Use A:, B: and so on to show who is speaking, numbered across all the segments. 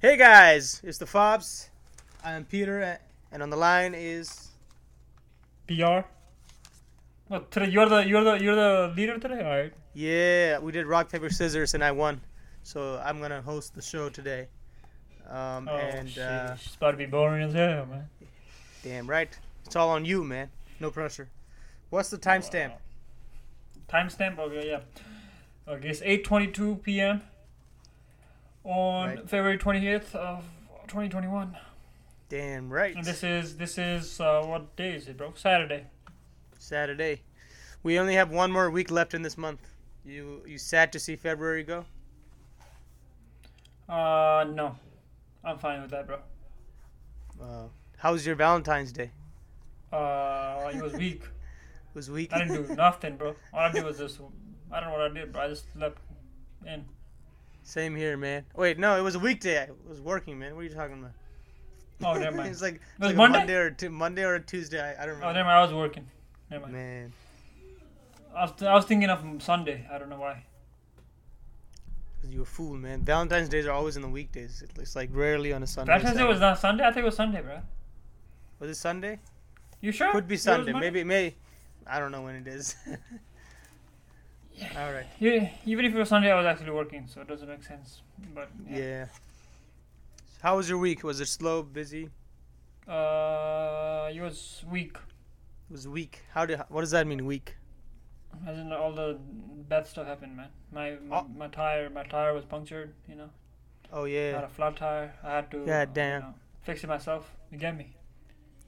A: Hey guys, it's the Fobs. I am Peter, a- and on the line is
B: PR. What today? You're the you're the you're the leader today. All right.
A: yeah. We did rock paper scissors, and I won, so I'm gonna host the show today. Um,
B: Oh,
A: and
B: shit.
A: uh,
B: it's about to be boring as hell, man.
A: damn right, it's all on you, man. No pressure. What's the timestamp?
B: Wow. Timestamp. Okay, yeah. Okay, it's 8:22 p.m. on
A: Right.
B: February 28th of 2021.
A: Damn right,
B: And this is this is uh, what day is it, bro? Saturday.
A: Saturday. We only have one more week left in this month. You you sad to see February go?
B: Uh, no, I'm fine with that, bro.
A: Uh, how was your Valentine's Day?
B: Uh, it was weak.
A: Was weak.
B: I didn't do nothing, bro. All I did was just I don't know what I did, bro. I just slept in.
A: Same here, man. Wait, no, it was a weekday. I was working, man. What are you talking about?
B: Oh, never mind.
A: it's like, it's
B: was
A: like a
B: Monday?
A: Monday or t- Monday or a Tuesday. I, I don't remember.
B: Oh, never mind. I was working. Never mind.
A: man,
B: I was, I was thinking of Sunday. I don't know why.
A: 'cause you a fool, man. Valentine's days are always in the weekdays. It looks like rarely on a Sunday.
B: Valentine's Day
A: Saturday.
B: was not Sunday. I think it was Sunday, bro.
A: Was it Sunday?
B: You sure?
A: Could be
B: It was
A: Sunday.
B: Monday?
A: Maybe may. I don't know when it is. All right.
B: Yeah, even if it was Sunday, I was actually working, so it doesn't make sense. But yeah.
A: Yeah. How was your week? Was it slow, busy? It
B: Uh, it was weak,
A: was weak. How did? What does that mean? Weak.
B: as in all the bad stuff happened, man. My my,
A: Oh.
B: my tire, my tire was punctured. You know,
A: Oh
B: I had
A: yeah.
B: a flat tire. I had to.
A: God
B: you
A: damn.
B: know, fix it myself. You get me?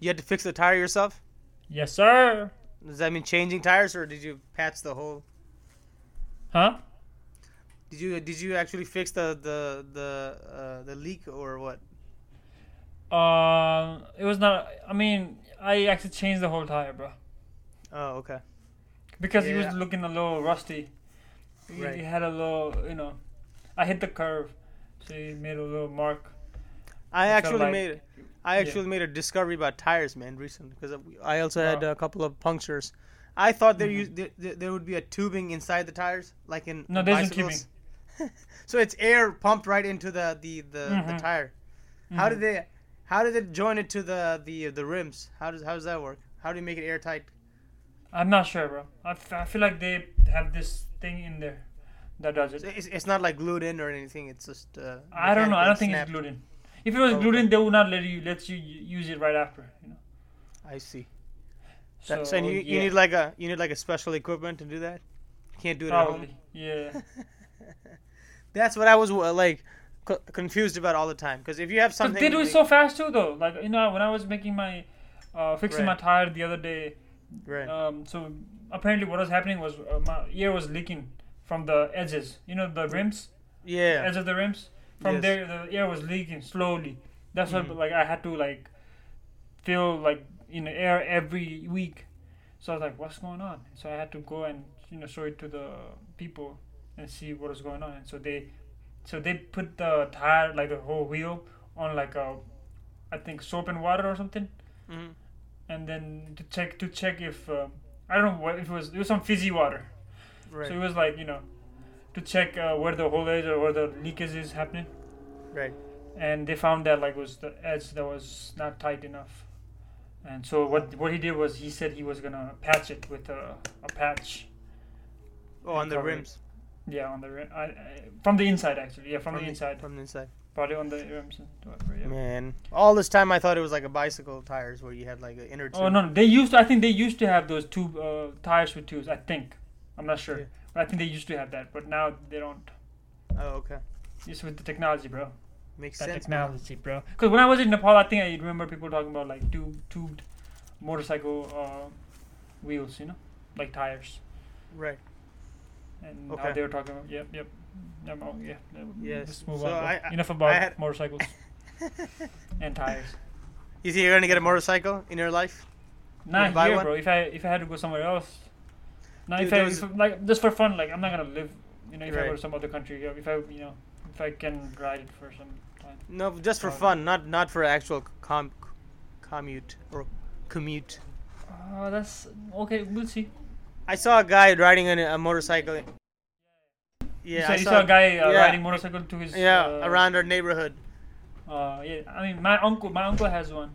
A: You had to fix the tire yourself.
B: Yes, sir.
A: Does that mean changing tires, or did you patch the whole?
B: Huh?
A: Did you did you actually fix the the the uh, the leak or what?
B: Um, it was not. I mean, I actually changed the whole tire, bro.
A: Oh okay.
B: because he
A: Yeah.
B: was looking a little rusty. He,
A: Right.
B: he had a little, you know, I hit the curve, so he made a little mark.
A: I
B: It felt
A: actually
B: like-
A: made I
B: yeah.
A: actually made a discovery about tires, man, recently because I also had
B: Wow.
A: a couple of punctures. I thought there,
B: Mhm.
A: used, there there there would be a tubing inside the tires, like in
B: No,
A: on
B: there isn't
A: bicycles. so it's air pumped right into the the the, the
B: Mhm.
A: tire. How
B: Mhm.
A: did they how did it join it to the the the rims? How does how does that work? How do you make it airtight?
B: I'm not sure, bro. I, f- I feel like they have this thing in there that does it.
A: So It's, it's not like glued in or anything. It's just. Uh,
B: I don't know.
A: mechanically
B: I don't think it's
A: snapped.
B: glued in. If it was
A: Okay.
B: glued in, they would not let you let you u- use it right after. You know.
A: I see.
B: So,
A: That- so you, you
B: yeah,
A: need like a you need like a special equipment to do that. You can't do it at home.
B: probably yeah.
A: That's what I was uh, like co- confused about all the time. Because if you have
B: But
A: something,
B: they do it
A: big-
B: so fast too, though. Like you know, when I was making my uh, fixing
A: Right.
B: my tire the other day,
A: right,
B: Um, so apparently, what was happening was uh, my ear was leaking from the edges. You know the rims,
A: yeah,
B: edge of the rims. From
A: Yes.
B: there, the ear was leaking slowly. That's why,
A: Mhm.
B: like, I had to like feel like in the air every week. So I was like, "What's going on?" So I had to go and you know show it to the people and see what was going on. And so they, so they put the tire like the whole wheel on like a, I think soap and water or something
A: Mhm.
B: and then to check to check if uh, I don't know what if it was. It was some fizzy water,
A: right,
B: so it was like you know to check uh, where the hole is or where the leakage is happening.
A: right.
B: And they found that like was the edge that was not tight enough. And so what what he did was he said he was gonna patch it with a, a patch.
A: Oh, on the
B: cover it
A: rims
B: Yeah, on the rim, I, I, from the inside actually. Yeah, from, the, inside,
A: from the inside.
B: probably on the rims and whatever. Yeah.
A: Man, all this time I thought it was like a bicycle tires where you had like an inner tube.
B: Oh no, no, they used. To, I think they used to have those two uh, tires with tubes. I think. I'm not sure,
A: Yeah.
B: but I think they used to have that. But now they don't.
A: Oh, okay,
B: It's with the technology, bro.
A: makes
B: That
A: sense. man.
B: technology, bro. Because when I was in Nepal, I think I remember people talking about like tube, tubed motorcycle uh, wheels, you know, like tires.
A: Right.
B: And how
A: Okay.
B: they were talking about, yep, yep. Never mind, yeah, yeah,
A: Yes.
B: Let's move
A: So
B: on. bro.
A: I- I-
B: Enough about
A: I had-
B: motorcycles and tires.
A: You think you're gonna get a motorcycle in your life?
B: Not
A: buy
B: here,
A: one?
B: bro. If I if I had to go somewhere else, not
A: Dude,
B: if I
A: there was-
B: if, like just for fun. Like I'm not gonna live, you know. If I go
A: Right.
B: to some other country, or if I you know if I can ride it for some time.
A: No, just for
B: Probably.
A: fun, not not for actual com- commute or commute.
B: Uh, that's okay. We'll see.
A: I saw a guy riding on a a motorcycle. Yeah,
B: Yeah, you saw,
A: I
B: you saw a guy uh,
A: yeah.
B: riding motorcycle to his
A: Yeah,
B: uh,
A: around our neighborhood.
B: Uh, yeah, I mean, my uncle, my uncle has one.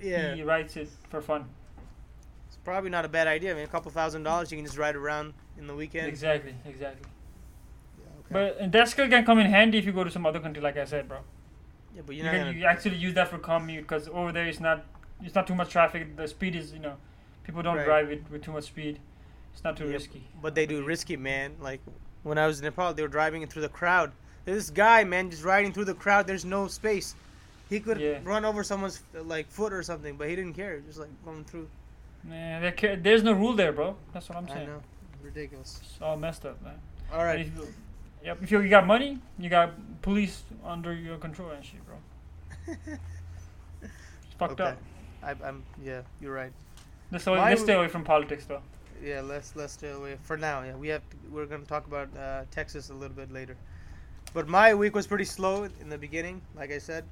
A: Yeah,
B: He writes it for fun.
A: it's probably not a bad idea. I mean, a couple thousand dollars you can just ride around in the weekend.
B: Exactly, exactly.
A: Okay.
B: But and that skill can come in handy if you go to some other country, like I said, bro.
A: yeah, but
B: You
A: you're not
B: can
A: gonna.
B: you actually use that for commute because over there it's not it's not too much traffic. The speed is you know, people don't
A: Right.
B: drive it with too much speed. It's not too
A: Yeah,
B: risky.
A: But they do risky, man. Like when I was in Nepal, they were driving through the crowd. This guy, man, just riding through the crowd. There's no space. He could
B: Yeah.
A: run over someone's like foot or something, but he didn't care. Just like going through.
B: Nah, there ca- there's no rule there, bro. That's what I'm
A: I
B: saying.
A: know, ridiculous.
B: It's all messed up, man.
A: All
B: And
A: right,
B: If you, yep. If you, you got money, you got police under your control and shit, bro. it's fucked
A: Okay.
B: up.
A: I, I'm. Yeah, you're right.
B: Let's, always,
A: Why
B: let's
A: would-
B: stay away from politics, though.
A: Yeah, let's let's stay away for now. Yeah, we have to, we're gonna talk about uh, Texas a little bit later. But my week was pretty slow in the beginning, like I said.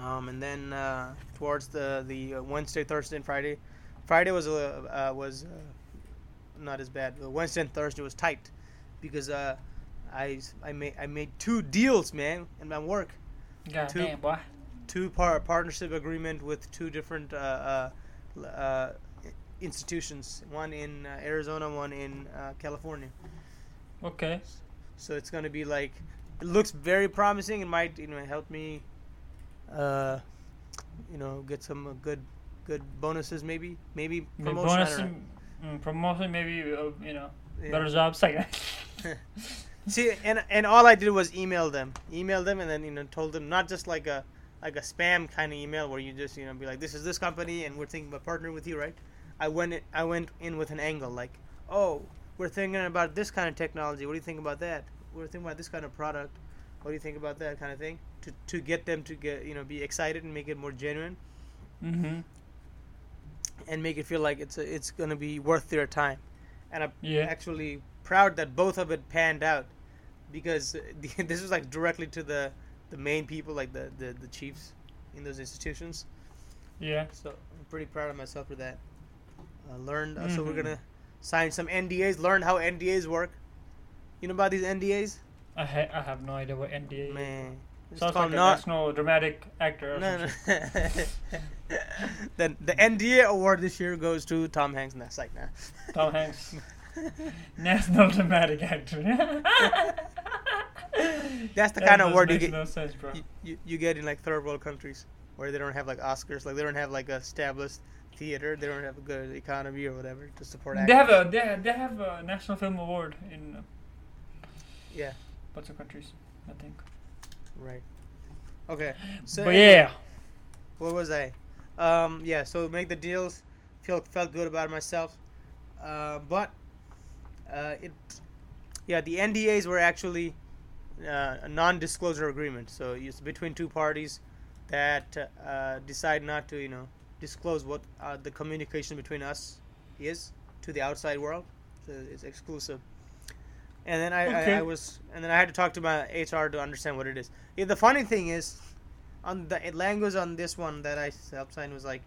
A: Um, and then uh, towards the the uh, Wednesday, Thursday, and Friday, Friday was uh, uh, was uh, not as bad. But Wednesday and Thursday was tight because uh, I I made I made two deals, man, in my work
B: God
A: Two-
B: damn, boy.
A: two par- partnership agreement with two different uh, uh, l- uh, institutions, one in uh, Arizona, one in uh, California.
B: Okay.
A: So it's going to be like it looks very promising. It might you know help me, uh, you know, get some uh, good good bonuses maybe maybe
B: Maybe
A: promotion. I
B: bonus
A: don't know.
B: and- mm, promotion, maybe uh, you know
A: Yeah.
B: better jobs. Like
A: See, and and all I did was email them, email them, and then you know told them not just like a like a spam kind of email where you just you know be like this is this company and we're thinking about partnering with you, right? I went in- I went in with an angle like, oh, we're thinking about this kind of technology. What do you think about that? We're thinking about this kind of product. What do you think about that kind of thing? To to get them to get you know be excited and make it more genuine
B: mm-hmm.
A: and make it feel like it's a, it's gonna be worth their time. And I'm
B: Yeah.
A: actually proud that both of it panned out because the, this was like directly to the the main people, like the, the the chiefs in those institutions.
B: Yeah.
A: So I'm pretty proud of myself for that. I learned. uh So we're
B: Mhm.
A: gonna sign some NDAs. Learn how NDAs work. You know about these NDAs,
B: I ha- I have no idea what NDA. is.
A: man. It's
B: Sounds
A: called
B: like a
A: not-
B: national dramatic actor. Or
A: no,
B: no,
A: no. the the NDA award this year goes to Tom Hanks. Nah, psych, nah.
B: Tom Hanks. National dramatic actor.
A: That's the
B: That
A: kind of
B: does
A: award you
B: makes
A: get.
B: No sense, bro.
A: you- you, you get in like third world countries where they don't have like Oscars, like they don't have like a established theater, they don't have a good economy or whatever to support
B: They
A: actors.
B: have a they have, they have a national film award in uh,
A: Yeah.
B: lots of countries, I think.
A: right. Okay. So
B: but yeah,
A: Where was I? Um, yeah. So make the deals. Feel felt good about myself, uh, but uh, it. Yeah, the NDAs were actually uh, a non-disclosure agreement. So it's between two parties that uh, decide not to, you know, disclose what uh, the communication between us is to the outside world. So it's exclusive. And then I, I,
B: Okay.
A: I was, and then I had to talk to my HR to understand what it is. Yeah, the funny thing is, on the language on this one that I helped sign was like,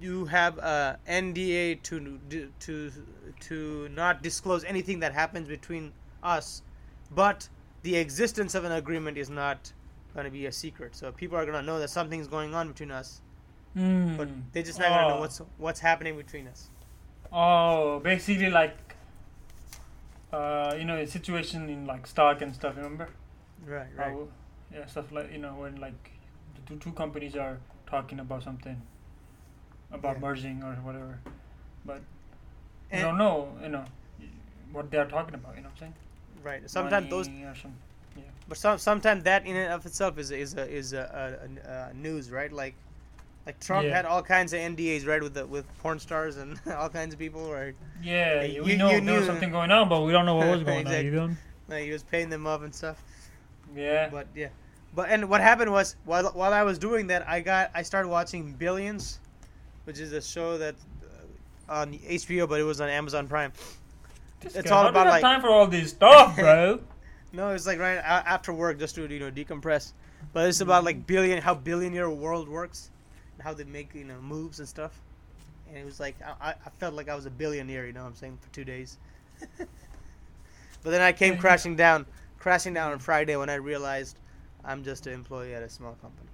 A: you have a NDA to to to not disclose anything that happens between us, but the existence of an agreement is not going to be a secret. So people are going to know that something's going on between us,
B: mm.
A: but they're just not going to know
B: Oh.
A: what's what's happening between us.
B: Oh, basically like uh, you know, a situation in like stock and stuff. Remember?
A: Right,
B: How- yeah, stuff like you know when like the two, two companies are talking about something about
A: Yeah.
B: merging or whatever, but
A: And-
B: you don't know, you know, what they are talking about. You know what I'm saying?
A: right. Sometimes those,
B: Money or some-
A: but some sometimes that in and of itself is is a, is a, a, a, a news, right? Like. Like Trump
B: Yeah.
A: had all kinds of NDAs, right, with the, with porn stars and all kinds of people, right?
B: Yeah,
A: Yeah,
B: we
A: you-
B: know
A: you
B: there was
A: knew-
B: something going on, but we don't know what was going
A: Exactly.
B: on. You don't?
A: Like he was paying them off and stuff.
B: Yeah.
A: But yeah, but and what happened was while while I was doing that, I got I started watching Billions, which is a show that uh, on HBO, but it was on Amazon Prime.
B: This
A: it's
B: guy,
A: all
B: how do
A: about,
B: you have
A: like-
B: time for all this stuff, bro.
A: No, it's like right a- after work just to you know decompress. But it's about like billion how billionaire world works, and how they make you know moves and stuff. And it was like I, I- I felt like I was a billionaire, you know what I'm saying, for two days. but then I came
B: Yeah, yeah.
A: crashing down, crashing down on Friday when I realized I'm just an employee at a small company.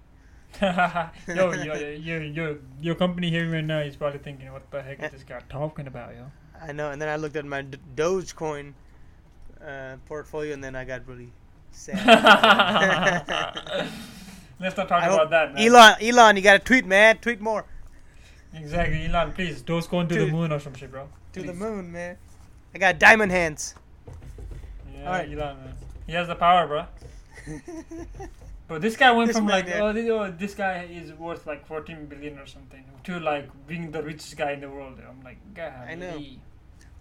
B: yo, yo, yo, yo, your company here right now is probably thinking, what the heck is this guy talking about, yo?
A: I know. And then I looked at my D- Dogecoin uh, portfolio, and then I got really sad.
B: Let's not talk
A: I
B: about
A: hope-
B: that, man.
A: Elon, Elon, you gotta tweet, man. Tweet more
B: Exactly, Elon, please, those going to the
A: Dude.
B: moon or some shit, bro.
A: to the
B: Please.
A: moon, man. I got diamond hands.
B: Yeah,
A: Alright.
B: Elon, man. He has the power, bro. But this guy went
A: This
B: from
A: man
B: like,
A: there.
B: oh this, oh, this guy is worth like 14 billion or something, to like being the richest guy in the world. I'm like, God,
A: know.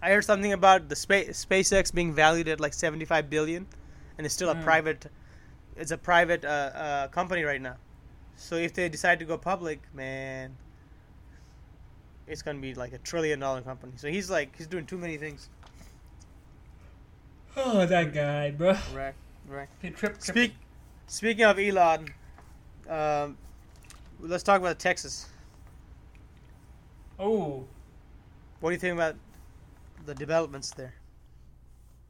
A: I heard something about the space SpaceX being valued at like 75 billion, and it's still a
B: Mm.
A: private, it's a private uh, uh, company right now. So if they decide to go public, man, it's gonna be like a trillion dollar company. So he's like he's doing too many things.
B: Oh, that guy, bro.
A: Right, right.
B: He tripped. tripped.
A: Speak, speaking of Elon, um, let's talk about Texas.
B: Oh,
A: What do you think about the developments there?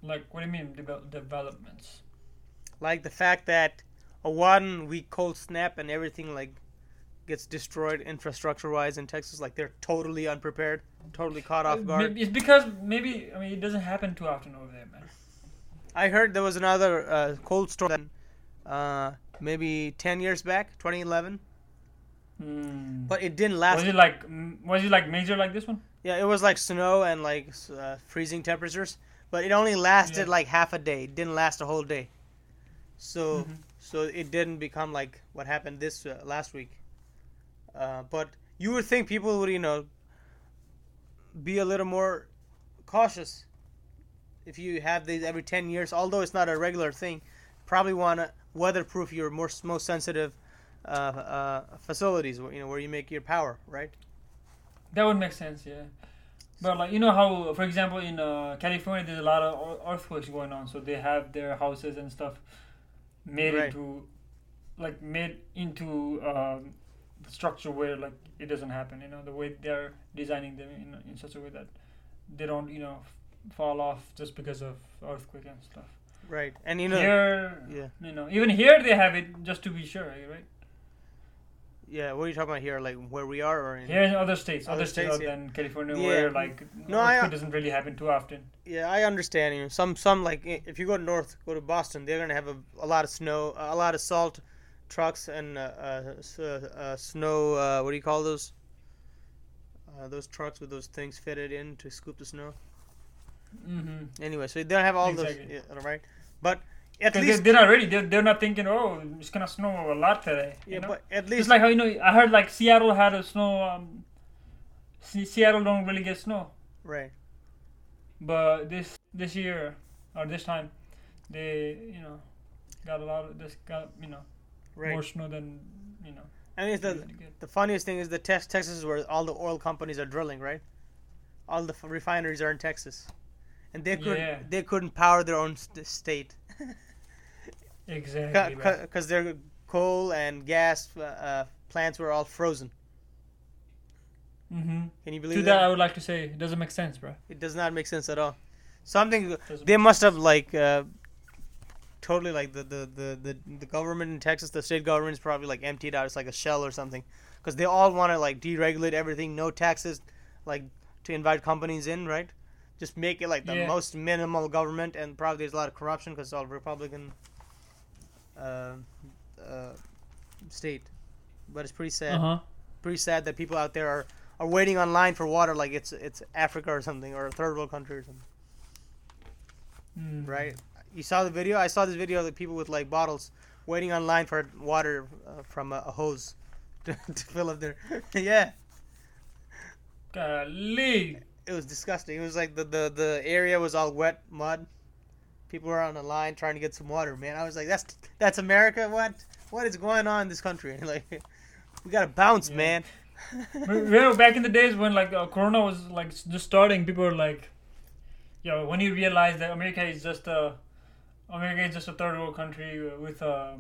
B: like what do you mean devel- developments?
A: like the fact that a one week cold snap and everything like gets destroyed infrastructure wise in Texas. Like they're totally unprepared, totally caught off guard.
B: Uh, Maybe it's because maybe I mean it doesn't happen too often over there, man.
A: I heard there was another uh, cold storm, uh, maybe ten years back, 2011,
B: Hmm.
A: but it didn't
B: Was
A: last.
B: it like m- was it like major like this one?
A: yeah, it was like snow and like s- uh, freezing temperatures, but it only lasted
B: Yeah.
A: like half a day. It didn't last a whole day. So, so it didn't become like what happened this uh, last week. Uh, but you would think people would, you know, be a little more cautious if you have these every 10 years, although it's not a regular thing. Probably want to weatherproof your more most sensitive uh, uh, facilities, where, you know, where you make your power, right?
B: That would make sense, yeah. But like you know how, for example, in uh, California, there's a lot of ear- earthquakes going on, so they have their houses and stuff made
A: Right.
B: into, like made into um, the structure where like it doesn't happen. You know the way they're designing them in, in such a way that they don't you know f- fall off just because of earthquake and stuff.
A: Right. And you know,
B: Here,
A: yeah.
B: you know, even here they have it just to be sure, right?
A: Yeah, what are you talking about here? Like where we are, or in...
B: Here in other states, other,
A: Other states,
B: states, other
A: yeah.
B: than California,
A: Yeah.
B: where like
A: No, I- uh,
B: earthquake doesn't really happen too often.
A: yeah, I understand. You know, some some like i- if you go north, go to Boston, they're gonna have a, a lot of snow, a lot of salt trucks and uh, uh, s- uh, uh, snow. Uh, what do you call those? Uh, those trucks with those things fitted in to scoop the snow.
B: Mm-hmm.
A: Anyway, so they don't have all
B: Exactly.
A: those, yeah, right? But at
B: Because
A: least,
B: they're not ready. They're, they're not thinking, oh, it's gonna snow a lot today. you
A: yeah,
B: know?
A: but at
B: it's
A: least,
B: like how you know. I heard like Seattle had a snow. Um, Se- Seattle don't really get snow,
A: right?
B: but this this year or this time, they you know got a lot of this got you know
A: Right.
B: more snow than you know.
A: and it's
B: they
A: the
B: usually get.
A: the funniest thing is the Tex Texas is where all the oil companies are drilling, right? All the f- refineries are in Texas, and they could
B: Yeah.
A: they couldn't power their own st- state.
B: Exactly. right.
A: because their coal and gas uh, uh, plants were all frozen.
B: hmm
A: Can you
B: To
A: believe
B: that, I
A: that?
B: would like to say it doesn't make sense, bro.
A: It does not make sense at all. Something
B: Doesn't
A: they must have like uh, totally like the, the, the, the, the government in Texas, the state government is probably like emptied out. It's like a shell or something because they all want to like deregulate everything, no taxes, like to invite companies in, right? Just make it like the
B: Yeah.
A: most minimal government, and probably there's a lot of corruption because it's all Republican uh, uh, state. But it's pretty sad
B: Uh huh.
A: pretty sad that people out there are, are waiting online for water like it's it's Africa or something or a third world country or something,
B: Mm.
A: right? You saw the video. I saw this video of the people with like bottles waiting online for water uh, from a, a hose to, to fill up their. yeah,
B: Golly.
A: it was disgusting. It was like the, the the area was all wet mud. People were on the line trying to get some water. Man, I was like, that's that's America. What what is going on in this country? like, we gotta bounce,
B: Yeah.
A: man.
B: Remember back in the days when like uh, Corona was like s- just starting, people were like, "Yo, when you realize that America is just a America is just a third world country with a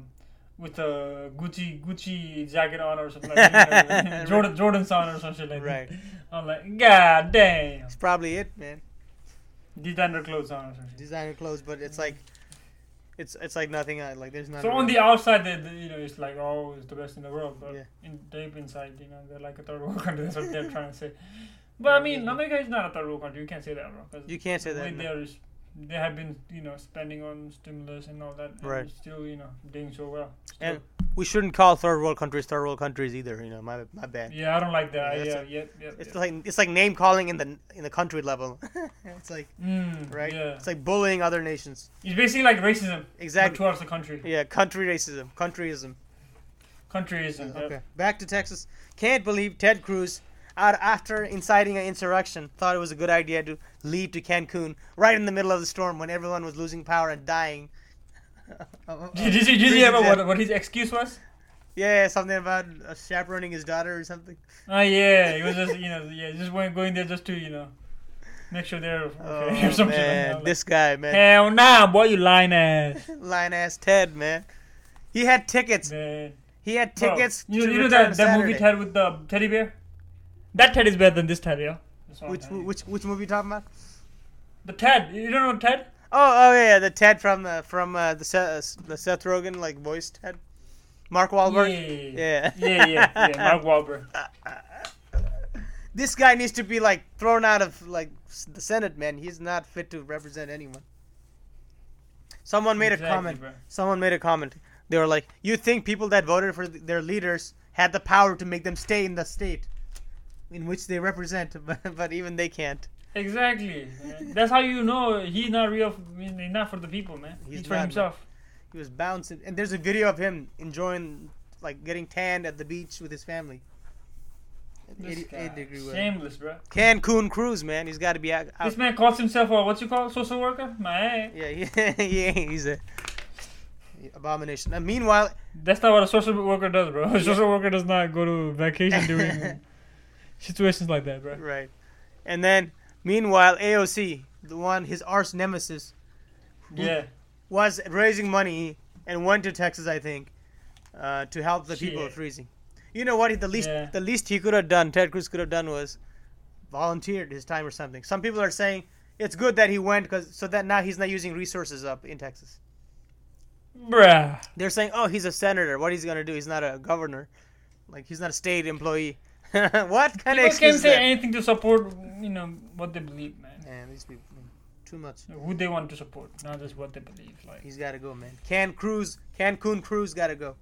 B: with a Gucci Gucci jacket on or something like that, Jordan Jordan's on or something like
A: right,
B: that." I'm like, "God damn,
A: it's probably it, man.
B: designer clothes on or something."
A: designer clothes, but it's like It's it's like nothing. uh, Like there's nothing.
B: So on the outside, they, they- you know, it's like oh, it's the best in the world, but
A: Yeah.
B: in deep inside, you know, they're like a third world country. That's what they're trying to say. But I mean,
A: Yeah.
B: America is not a third world country. You can't say that, bro. 'cause
A: you can't say
B: the way
A: that. no.
B: they are is- they have been, you know, spending on stimulus and all that, and
A: Right.
B: still, you know, doing so well. Still.
A: And we shouldn't call third world countries third world countries either. You know, my my bad.
B: yeah, I don't like that.
A: Yeah,
B: Yeah,
A: that's
B: yeah,
A: a-
B: yeah. yeah,
A: It's like it's like name calling in the in the country level. it's like
B: mm,
A: right.
B: Yeah,
A: It's like bullying other nations.
B: it's basically like racism but
A: Exactly.
B: towards the country.
A: Yeah, country racism, countryism.
B: Countryism. yeah.
A: Uh, Okay, back to Texas. Can't believe Ted Cruz, out after inciting an insurrection, thought it was a good idea to lead to Cancun right in the middle of the storm when everyone was losing power and dying.
B: Did, did you did you hear about
A: Crazy
B: what, what his excuse was?
A: Yeah, something about uh, chaperoning his daughter or something.
B: Oh yeah, he was just you know yeah just went going there just to you know make sure they're okay or
A: Oh
B: something
A: man,
B: like that.
A: this guy,
B: Like,
A: man,
B: Hell nah, boy, you lying ass.
A: lion ass Ted, man. He had tickets.
B: Man.
A: He had
B: Bro,
A: tickets.
B: you know,
A: to
B: you know
A: return
B: that, that movie
A: Saturday.
B: Ted with the teddy bear. That Ted is better than this Ted, yeah. That's all I'm
A: Which
B: telling you.
A: which which movie you talking about?
B: the Ted? You don't know Ted?
A: Oh, oh yeah, the Ted from the from uh, the Seth, the Seth Rogen like voice Ted, Mark Wahlberg.
B: Yeah.
A: Yeah.
B: yeah, yeah, yeah. Mark Wahlberg.
A: This guy needs to be like thrown out of like s- the Senate, man. He's not fit to represent anyone. Someone made
B: Exactly,
A: a comment.
B: bro.
A: Someone made a comment. They were like, "You think people that voted for th- their leaders had the power to make them stay in the state in which they represent, but, but even they can't."
B: Exactly. man. That's how you know he's not real. He's not for the people, man. He's,
A: He's
B: for
A: not, man.
B: himself.
A: He was bouncing, and there's a video of him enjoying like getting tanned at the beach with his family. At
B: This
A: 88
B: guy.
A: degree weather.
B: Shameless, bro.
A: Cancun cruise, man. He's got to be out. out-
B: This man calls himself a what you call social worker? My
A: Yeah, he, he ain't. He's a abomination. And meanwhile,
B: that's not what a social worker does, bro. A social worker does not go to vacation during situations like that, bro.
A: right, and then meanwhile, AOC, the one his arch nemesis,
B: Yeah,
A: was raising money and went to Texas, I think, uh, to help the people
B: Shit.
A: freezing. You know what? The least
B: Yeah.
A: the least he could have done, Ted Cruz could have done, was volunteered his time or something. Some people are saying it's good that he went because so that now he's not using resources up in Texas.
B: bruh.
A: They're saying, oh, he's a senator. What he's gonna do? He's not a governor. Like he's not a state employee. what kind of
B: People
A: excuse
B: can't
A: is
B: say
A: that?
B: anything to support, you know, what they believe, man.
A: Man, these people, man, too much.
B: Who they want to support, not just what they believe. Like
A: He's gotta go, man. Can Cruz, Cancun Cruz, gotta go.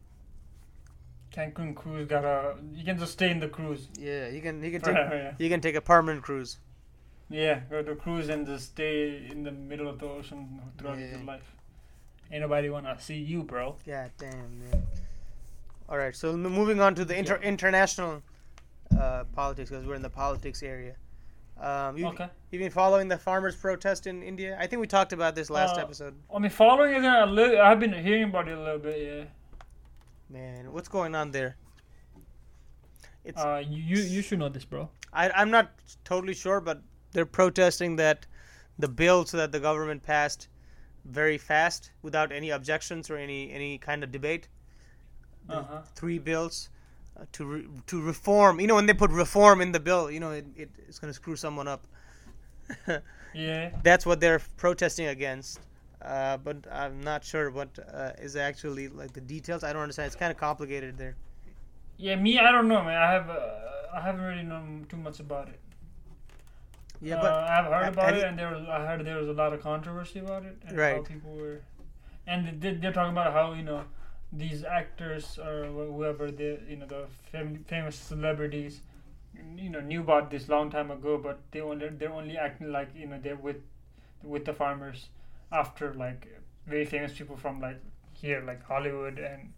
B: Cancun cruise gotta, you can just stay in the cruise.
A: Yeah, you can, you can take,
B: Forever, yeah.
A: you can take a permanent cruise.
B: Yeah, go to cruise and just stay in the middle of the ocean throughout
A: Yeah.
B: your life. Ain't nobody wanna see you, bro.
A: God damn, man. All right, so m- moving on to the inter- international uh, politics because we're in the politics area. Um, you,
B: Okay.
A: you been following the farmers' protest in India? I think we talked about this last
B: Uh,
A: episode.
B: I mean, following is a little. I've been hearing about it a little bit. Yeah.
A: Man, what's going on there? It's-
B: Uh, you you should know this, bro.
A: I, I'm not totally sure, but they're protesting that the bills that the government passed very fast without any objections or any any kind of debate.
B: Uh huh.
A: three bills uh, to re- to reform. You know, when they put reform in the bill, you know, it, it, it's going to screw someone up.
B: Yeah.
A: That's what they're protesting against. Uh, but I'm not sure what uh, is actually like the details. I don't understand. It's kind of complicated there.
B: Yeah. Me, I don't know, man. I have uh, I haven't really known too much about it.
A: Yeah,
B: uh, I've heard
A: have-
B: about
A: have
B: it,
A: you-
B: and there was, I heard there was a lot of controversy about it, and how
A: Right.
B: people were, and they, they're talking about how you know these actors or wh- whoever they you know the fam- famous celebrities you know knew about this long time ago but they only they're only acting like you know they're with with the farmers after like very famous people from like here like hollywood and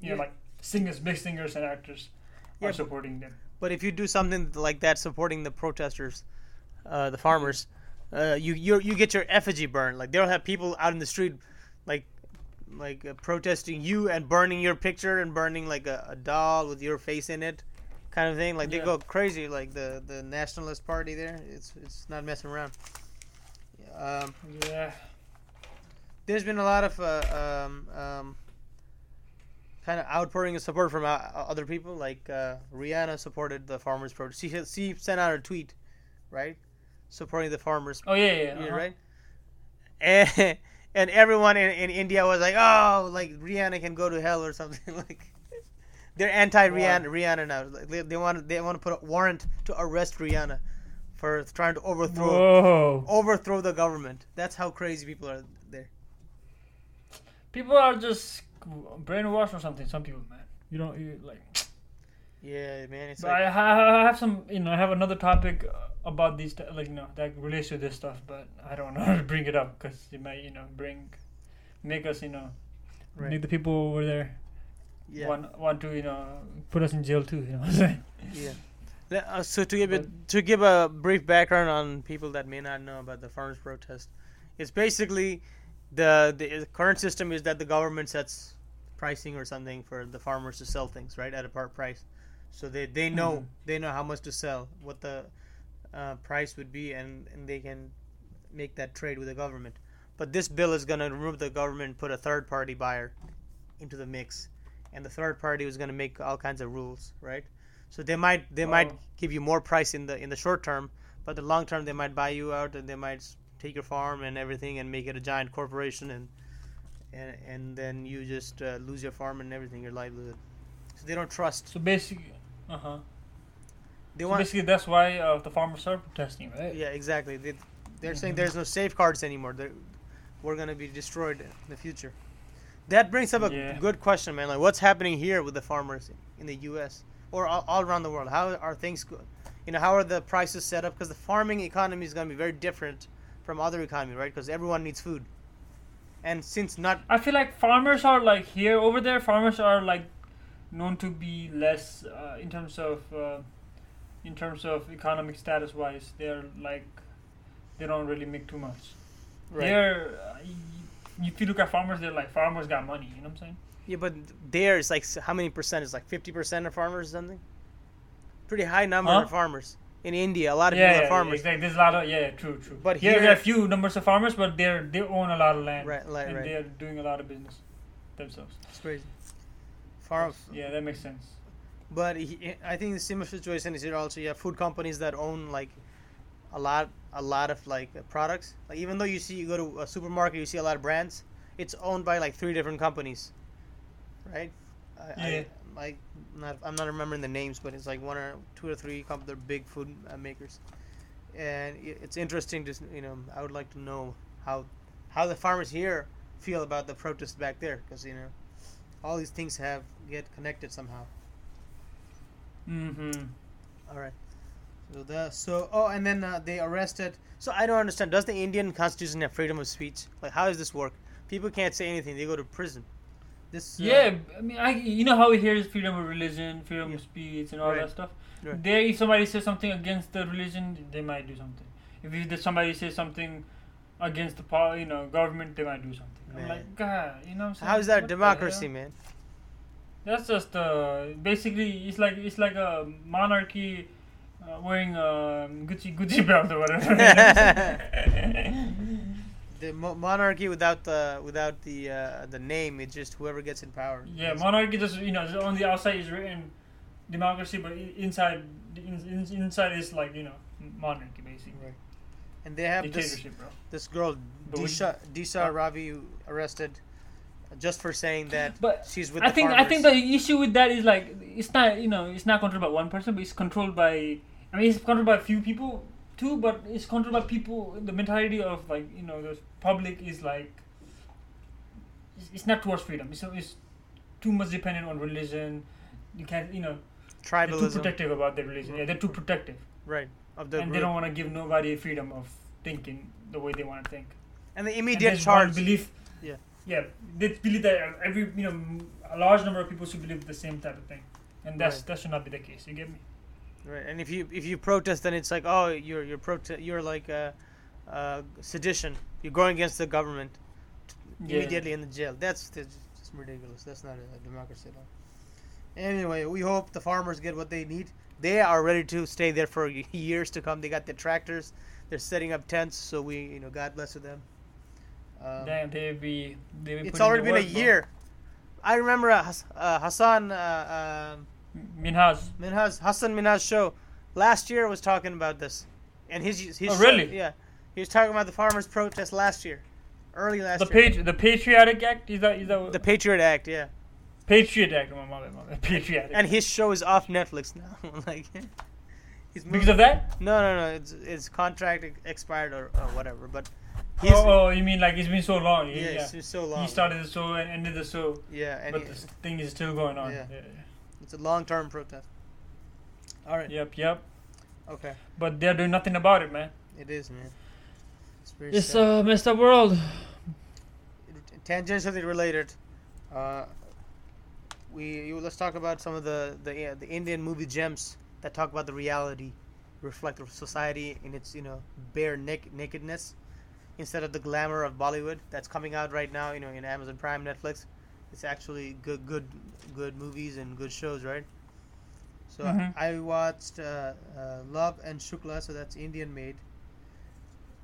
B: you know
A: Yeah.
B: like singers big singers and actors
A: Yeah,
B: are
A: but-
B: supporting them
A: but if you do something like that, supporting the protesters, uh, the farmers, uh, you you you get your effigy burned. Like they'll have people out in the street, like like uh, protesting you and burning your picture and burning like a, a doll with your face in it, kind of thing. Like they
B: Yeah.
A: go crazy. Like the the nationalist party there, it's it's not messing around. Um,
B: yeah
A: there's been a lot of uh, um, um, kind of outpouring of support from uh, other people. Like uh, Rihanna supported the farmers' protest. She she sent out a tweet, right, supporting the farmers.
B: oh yeah yeah,
A: Yeah,
B: uh-huh.
A: right. And, and everyone in, in India was like, "Oh, like Rihanna can go to hell or something." like they're anti Rihanna. Rihanna now. Like, they, they want they want to put a warrant to arrest Rihanna for trying to overthrow
B: Whoa.
A: overthrow the government. That's how crazy people are there.
B: People are just brainwashed or something. Some people, man. You don't you like.
A: Yeah, man. It's
B: But
A: like,
B: I, ha- I have some, you know, I have another topic uh, about these, t- like, you know, that relates to this stuff, but I don't know how to bring it up because it might, you know, bring, make us, you know,
A: Right.
B: make the people over there
A: yeah,
B: want want to, you know, put us in jail too. You know what I'm saying?
A: yeah. Le- uh, so to give it to give a brief background on people that may not know about the farmers protest, it's basically the the current system is that the government sets pricing or something for the farmers to sell things right at a part price, so they they know
B: Mm-hmm.
A: they know how much to sell, what the uh, price would be, and, and they can make that trade with the government. But this bill is going to remove the government, and put a third party buyer into the mix, and the third party is going to make all kinds of rules, right? So they might they might
B: Oh.
A: give you more price in the in the short term, but the long term they might buy you out and they might s- take your farm and everything and make it a giant corporation and and, and then you just uh, lose your farm and everything, your livelihood. So they don't trust.
B: So basically, uh huh.
A: They Uh-huh.
B: So
A: want
B: basically, that's why uh, the farmers are protesting, right?
A: Yeah, exactly. They, they're
B: Mm-hmm.
A: saying there's no safeguards anymore. They're, we're gonna be destroyed in the future. That brings up a
B: Yeah.
A: good question, man. Like, what's happening here with the farmers in the U.S. or all, all around the world? How are things, go- you know, how are the prices set up? Because the farming economy is gonna be very different from other economy, right? Because everyone needs food, and since not
B: I feel like farmers are like here over there. Farmers are like known to be less uh, in terms of uh, in terms of economic status wise. They're like they don't really make too much. They're uh, y- if you look at farmers, they're like farmers got money. You know what I'm saying?
A: yeah, but there is like s- how many percent is like fifty percent of farmers or something? Pretty high number
B: Huh?
A: of farmers in India. A lot of
B: yeah,
A: people
B: yeah,
A: are farmers.
B: Exactly. There's a lot of yeah, true, true.
A: But
B: here,
A: here-
B: there are few numbers of farmers, but they're they own a lot of land,
A: Right, right,
B: and
A: right.
B: they're doing a lot of business themselves.
A: It's crazy. Farm,
B: Yeah, that makes sense.
A: but he, I think the similar situation is here also. You have food companies that own like a lot, a lot of like products. Like even though you see, you go to a supermarket, you see a lot of brands. It's owned by like three different companies, right? I,
B: Yeah.
A: I, like not, I'm not remembering the names, but it's like one or two or three comp- they're big food uh, makers, and i- it's interesting. Just you know, I would like to know how how the farmers here feel about the protests back there, because you know, all these things have get connected somehow.
B: Mm-hmm.
A: All right. So the so oh, and then uh, they arrested. So I don't understand. Does the Indian Constitution have freedom of speech? Like, how does this work? People can't say anything. They go to prison. This uh,
B: yeah, I mean, I you know how we hear is freedom of religion, freedom
A: Yeah.
B: of speech, and all
A: Right.
B: that stuff.
A: Right.
B: There, if somebody says something against the religion, they might do something. If you- somebody says something against the power, you know, government, they might do something.
A: Man.
B: I'm like, God, you know, what I'm saying?
A: How is that
B: What the
A: democracy,
B: hell?
A: man?
B: That's just uh, basically it's like it's like a monarchy uh, wearing a Gucci Gucci belt or whatever.
A: The mo- monarchy without the without the uh, the name. It's just whoever gets in power.
B: yeah, monarchy just you know on the outside is written democracy, but i- inside in, in, inside is like you know monarchy basically.
A: Right. And they have this
B: Dictatorship, Oh. bro.
A: this girl
B: But we-
A: Disha Disha Ravi arrested uh, just for saying that
B: But
A: she's with.
B: I
A: the
B: think I think the
A: farmers.
B: issue with that is like it's not you know it's not controlled by one person, but it's controlled by I mean it's controlled by a few people too, but it's controlled by people. The mentality of like you know the public is like it's, it's not towards freedom. It's, it's too much dependent on religion. You can't you know they're too
A: tribalism,
B: protective about their religion. Yeah, they're too protective,
A: right? Of the
B: and
A: group.
B: they don't want to give nobody freedom of thinking the way they want to think.
A: and the
B: And
A: immediate
B: there's one
A: charge.
B: belief
A: Yeah.
B: yeah they believe that every you know a large number of people should believe the same type of thing and that's
A: Right.
B: that should not be the case you get me
A: Right, and if you if you protest, then it's like, oh, you're you're prote- you're like uh, uh, sedition. You're going against the government immediately in the jail. That's that's just ridiculous. That's not a democracy at all. Anyway, we hope the farmers get what they need. They are ready to stay there for years to come. They got their tractors. They're setting up tents. So we, you know, God bless them. Um,
B: Damn, they be they be
A: it's
B: putting
A: already
B: the
A: been a
B: work, bro.
A: year. I remember uh, Hass- uh, Hassan. Uh, um,
B: minhas
A: Minhas Hassan Minhas show last year was talking about this, and his his
B: Oh, really?
A: yeah, he was talking about the farmers' protest last year, early last
B: The
A: year.
B: patri- the Patriotic Act is that is that
A: the Patriot Act, yeah.
B: Patriot Act? My mother, mother. Patriotic.
A: And his show is off Netflix now. like, he's
B: because of that?
A: No, no, no. It's his contract ex- expired or, or whatever. But
B: Oh,
A: he's
B: oh, you mean like it's been so long?
A: yeah,
B: Yeah.
A: it's been so long.
B: He started the show and ended the show,
A: Yeah, and
B: but
A: he-
B: this thing is still going on.
A: Yeah.
B: Yeah.
A: it's a long-term protest. All right.
B: Yep, yep.
A: Okay.
B: But they're doing nothing about it, man.
A: It is, man. It's very
B: It's
A: sad.
B: a messed up world.
A: tangentially related. Uh, we you, let's talk about some of the the uh, the Indian movie gems that talk about the reality, reflect of society in its you know bare nick nakedness, instead of the glamour of Bollywood that's coming out right now. You know in Amazon Prime, Netflix, it's actually good good good movies and good shows, right? So
B: Mhm.
A: I watched uh, uh, Love and Shukla, so that's Indian made.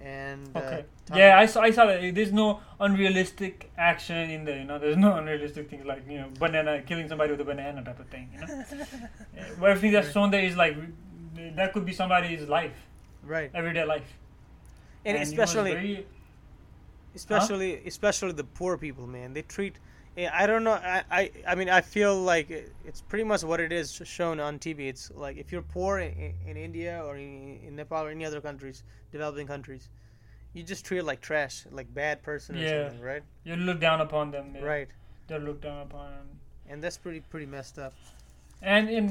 A: And uh,
B: Okay.
A: talk-
B: yeah, I saw. I saw that. There's no unrealistic action in there. You know, there's no unrealistic things like you know, banana killing somebody with a banana type of thing. You know, Yeah, but everything that's shown there is like that could be somebody's life,
A: right,
B: everyday life,
A: and,
B: it was
A: especially.
B: very-
A: especially especially the poor people man they treat eh, i don't know I, I i mean i feel like it- it's pretty much what it is shown on tv it's like if you're poor in, in india or in, in nepal or any other countries developing countries you just treat like trash like bad person or
B: Yeah.
A: something right
B: you look down upon them. yeah.
A: right
B: They're looked down upon.
A: and that's pretty pretty messed up
B: And in,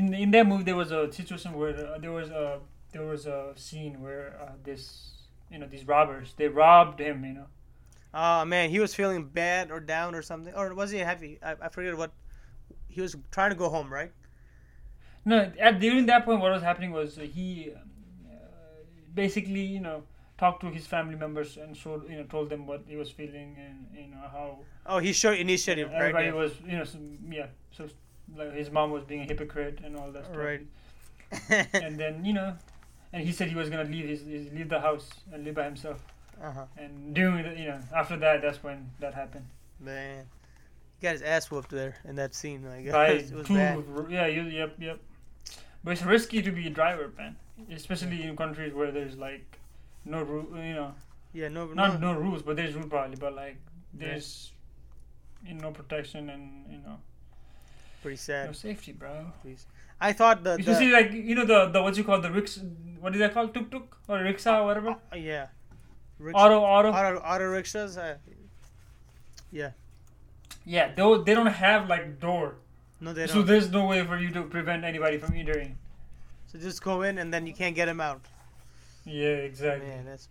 B: in in that movie, there was a situation where uh, there was a there was a scene where uh, this you know these robbers they robbed him. You know,
A: oh man he was feeling bad or down or something or was he happy i, I forget what he was trying to go home right
B: No, at, during that point, what was happening was uh, he um, uh, basically, you know, talked to his family members and showed, you know, told them what he was feeling and you know how
A: oh he showed initiative right
B: everybody
A: yeah.
B: was, you know, some, yeah. So like his mom was being a hypocrite and all that stuff.
A: Right.
B: and then you know, and he said he was gonna leave his, his leave the house and live by himself.
A: uh-huh
B: And during the, you know after that, that's when that happened.
A: Man, he got his ass whooped there in that scene. Like it
B: By
A: was, it was
B: two,
A: bad.
B: yeah, you, yep, yep. But it's risky to be a driver, man. Especially in countries where there's like no rule, you know,
A: Yeah, no, no,
B: not no rules, but there's rule probably, but like there's you know, no protection and you know
A: pretty
B: no
A: sad.
B: safety, bro.
A: I thought the,
B: You should see
A: the
B: like you know the the what you call the ricks, what is that called, tuk tuk or rickshaw, whatever,
A: uh, yeah, Rick,
B: auto auto.
A: auto, auto rickshaws. Uh,
B: Yeah, those they don't have like door,
A: no, they don't.
B: so
A: So,
B: there's no way for you to prevent anybody from entering.
A: just go in and then you can't get him out.
B: Yeah, exactly.
A: Man, that's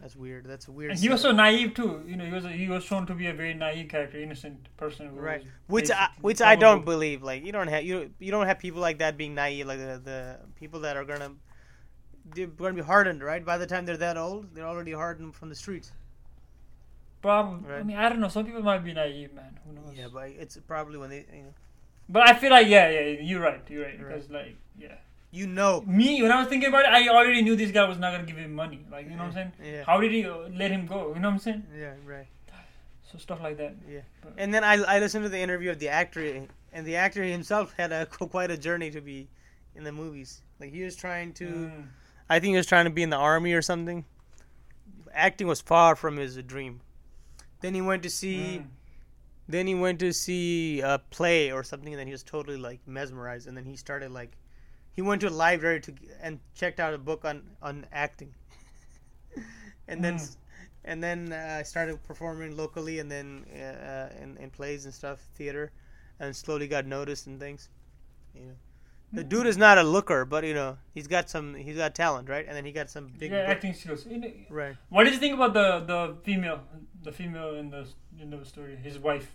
A: that's weird. That's a weird.
B: And he was so
A: scene.
B: naive too. You know, he was he was shown to be a very naive character, innocent person. Who
A: right,
B: was
A: which I
B: basically
A: which I
B: someone
A: don't
B: who-
A: believe. Like you don't have you you don't have people like that being naive. Like the, the people that are gonna they're gonna be hardened. Right, by the time they're that old, they're already hardened from the streets.
B: Problem. I
A: Right.
B: mean, I don't know. Some people might be naive, man. Who knows?
A: Yeah, but it's probably when they you know,
B: But I feel like yeah, yeah, you're right. You're right.
A: Right.
B: Because like yeah,
A: you know
B: me when I was thinking about it, I already knew this guy was not gonna give him money. Like you know what I'm saying?
A: Yeah.
B: How did he uh, let him go? You know what I'm saying?
A: Yeah, right.
B: So stuff like that.
A: And then I, I listened to the interview of the actor, and the actor himself had a quite a journey to be in the movies. Like he was trying to,
B: Mm.
A: I think he was trying to be in the army or something. Acting was far from his dream. Then he went to see,
B: Mm.
A: then he went to see a play or something, and then he was totally like mesmerized. And then he started like, he went to a library to and checked out a book on on acting. and then
B: Mm.
A: and then uh, I started performing locally, and then uh, uh, in, in plays and stuff, theater, and slowly got noticed and things. You know,
B: Hmm.
A: the dude is not a looker, but you know he's got some he's got talent, right? And then he got some big
B: yeah,
A: book-
B: acting skills. You know,
A: right.
B: What did you think about the the female, the female in the in the story, his wife?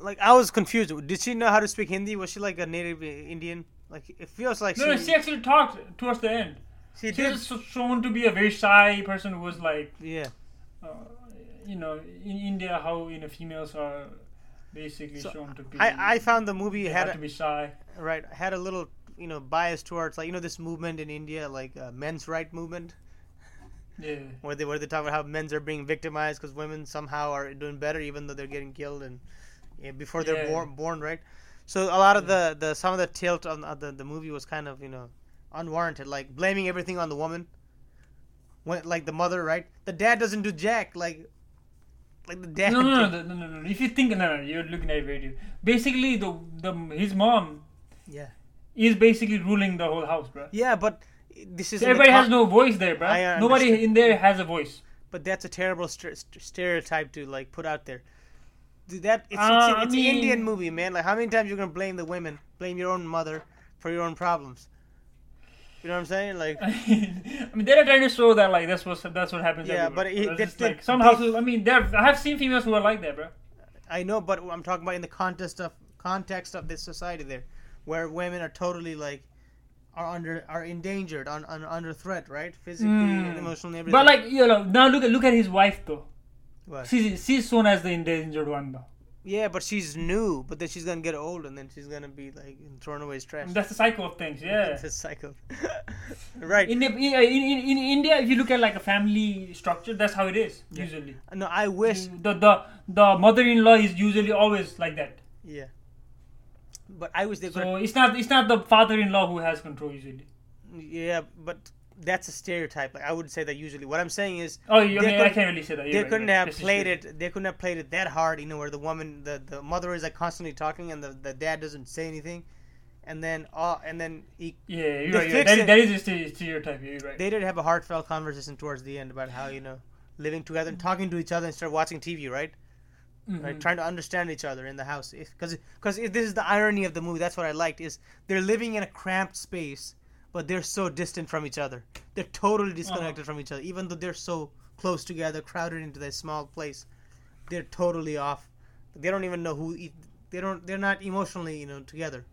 A: Like I was confused. Did she know how to speak Hindi? Was she like a native Indian? Like it feels like
B: No, no,
A: she,
B: she actually talked towards the end.
A: she
B: She
A: did.
B: was so- shown to be a very shy person who was like,
A: Yeah.
B: uh, you know, in India, how you know females are basically
A: So,
B: shown to be.
A: I, I found the movie
B: they
A: had a,
B: have to be shy.
A: right had a little you know bias towards like you know this movement in India like uh, men's right movement
B: Yeah,
A: where they where they talk about how men's are being victimized because women somehow are doing better even though they're getting killed and yeah, before they're
B: Yeah.
A: born, born right so a lot of the, the some of the tilt on on the, the movie was kind of you know unwarranted like blaming everything on the woman when like the mother right the dad doesn't do jack like Like the dad.
B: No, no, no, no, no, no, no. If you think, no, no, you're looking at radio. Basically, the the his mom
A: Yeah.
B: is basically ruling the whole house, bro.
A: Yeah, but this is in the
B: So everybody has
A: con-
B: no voice there, bro.
A: I
B: Nobody
A: understand.
B: in there has a voice.
A: But that's a terrible st- st- stereotype to like put out there. Dude, that it's,
B: Uh, I
A: it's, it's
B: mean-
A: an Indian movie, man. Like how many times you're gonna blame the women, blame your own mother for your own problems? You know what I'm saying? Like
B: I mean, they're trying to show that like that's what that's what happens.
A: Yeah, but
B: everywhere.
A: it- that-
B: That's just,
A: that-
B: like some
A: they-
B: houses. I mean, there I have seen females who are like that, bro.
A: I know, but I'm talking about in the context of context of this society there, where women are totally like are under are endangered, on, on under threat, right? Physically, and emotionally, everything.
B: Hmm. But like you know, now look at look at his wife though.
A: What?
B: She's she's shown as the endangered one though.
A: yeah, but she's new, but then she's gonna get old, and then she's gonna be like thrown away as trash.
B: That's the cycle of things. Yeah.
A: It's a cycle, right?
B: In, the, in, in, in India, if you look at like a family structure, that's how it is usually.
A: no, I wish.
B: The, the the mother-in-law is usually always like that.
A: Yeah. But I wish they could.
B: So it's not it's not the father-in-law who has control usually.
A: yeah, but that's a stereotype. Like I would say that usually. What I'm saying is,
B: Oh, you- I
A: They
B: mean, I
A: couldn't-
B: can't really say that. You're
A: they
B: right,
A: couldn't
B: right.
A: have
B: This is
A: played
B: true.
A: it. They couldn't have played it that hard, you know, where the woman, the, the mother is like constantly talking, and the, the dad doesn't say anything, and then uh, and then he,
B: Yeah, you're
A: They
B: right. You're right.
A: fix
B: That,
A: it.
B: that is a stere- stereotype. You're right.
A: they did have a heartfelt conversation towards the end about how you know living together and talking to each other instead of watching TV, right?
B: Mm-hmm.
A: Right,
B: Mm.
A: trying to understand each other in the house, because because this is the irony of the movie. That's what I liked is they're living in a cramped space, but they're so distant from each other. They're totally disconnected
B: Uh-huh.
A: from each other, even though they're so close together, crowded into that small place. They're totally off. They don't even know who. e- They don't. They're not emotionally, you know, together.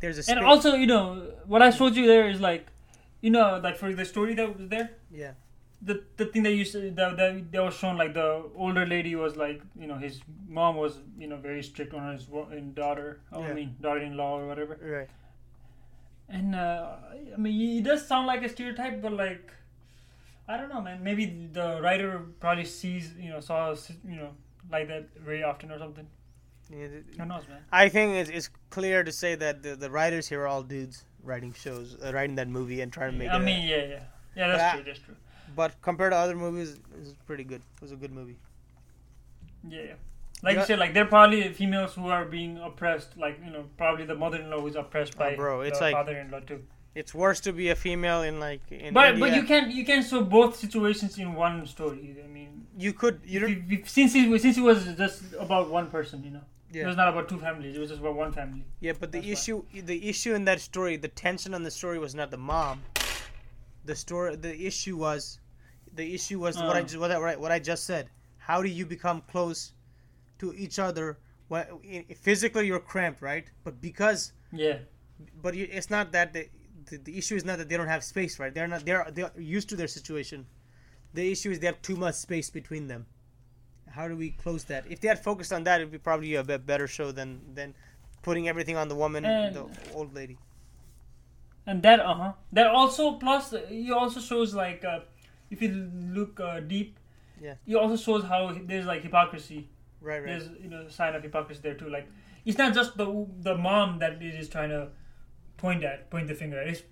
A: There's a space.
B: and also, you know, what I showed you there is like, you know, like for the story that was there,
A: yeah,
B: the the thing that you said that, that that was shown, like the older lady was like, you know, his mom was, you know, very strict on his wo- and daughter. Oh, I
A: Yeah.
B: mean, daughter-in-law or whatever.
A: right.
B: And uh, I mean, it does sound like a stereotype, but like, I don't know, man. Maybe the writer probably sees, you know, saw, us, you know, like that very often or something.
A: Yeah, th-
B: Who knows, man?
A: I think it's, it's clear to say that the, the writers here are all dudes writing shows, uh, writing that movie and trying to make
B: I
A: it. a-
B: mean, yeah, yeah, yeah. That's
A: But I-
B: true. That's true.
A: but compared to other movies, it's pretty good. It was a good movie.
B: Yeah, yeah. Like you
A: Yeah.
B: said, like they're probably females who are being oppressed. Like you know, probably the mother-in-law who's oppressed by
A: Oh, bro, it's
B: the
A: like-
B: father-in-law too.
A: It's worse to be a female in like in
B: But
A: India.
B: but you can you can show both situations in one story. I mean,
A: you could you don't
B: we- we- since it, since it was just about one person, you know, it
A: yeah
B: was not about two families. It was just about one family.
A: yeah but the
B: that's why.
A: issue the issue in that story the tension on the story was not the mom the story the issue was the issue was what I
B: Uh.
A: ju- what I right, what I just said how do you become close to each other when, i- physically you're cramped right but because
B: Yeah,
A: but you, it's not that the, the the issue is not that they don't have space, right? They're not they're they're used to their situation. The issue is they have too much space between them. How do we close that? If they had focused on that, it'd be probably a bit better show than than putting everything on the woman, and the
B: And-
A: old lady.
B: and that uh huh. That also plus it also shows like uh, if you look uh, deep.
A: Yeah.
B: It also shows how there's like hypocrisy
A: Right, right.
B: there's you know a sign of hypocrisy there too. Like it's not just the the mom that is just trying to point at point the finger. at. It's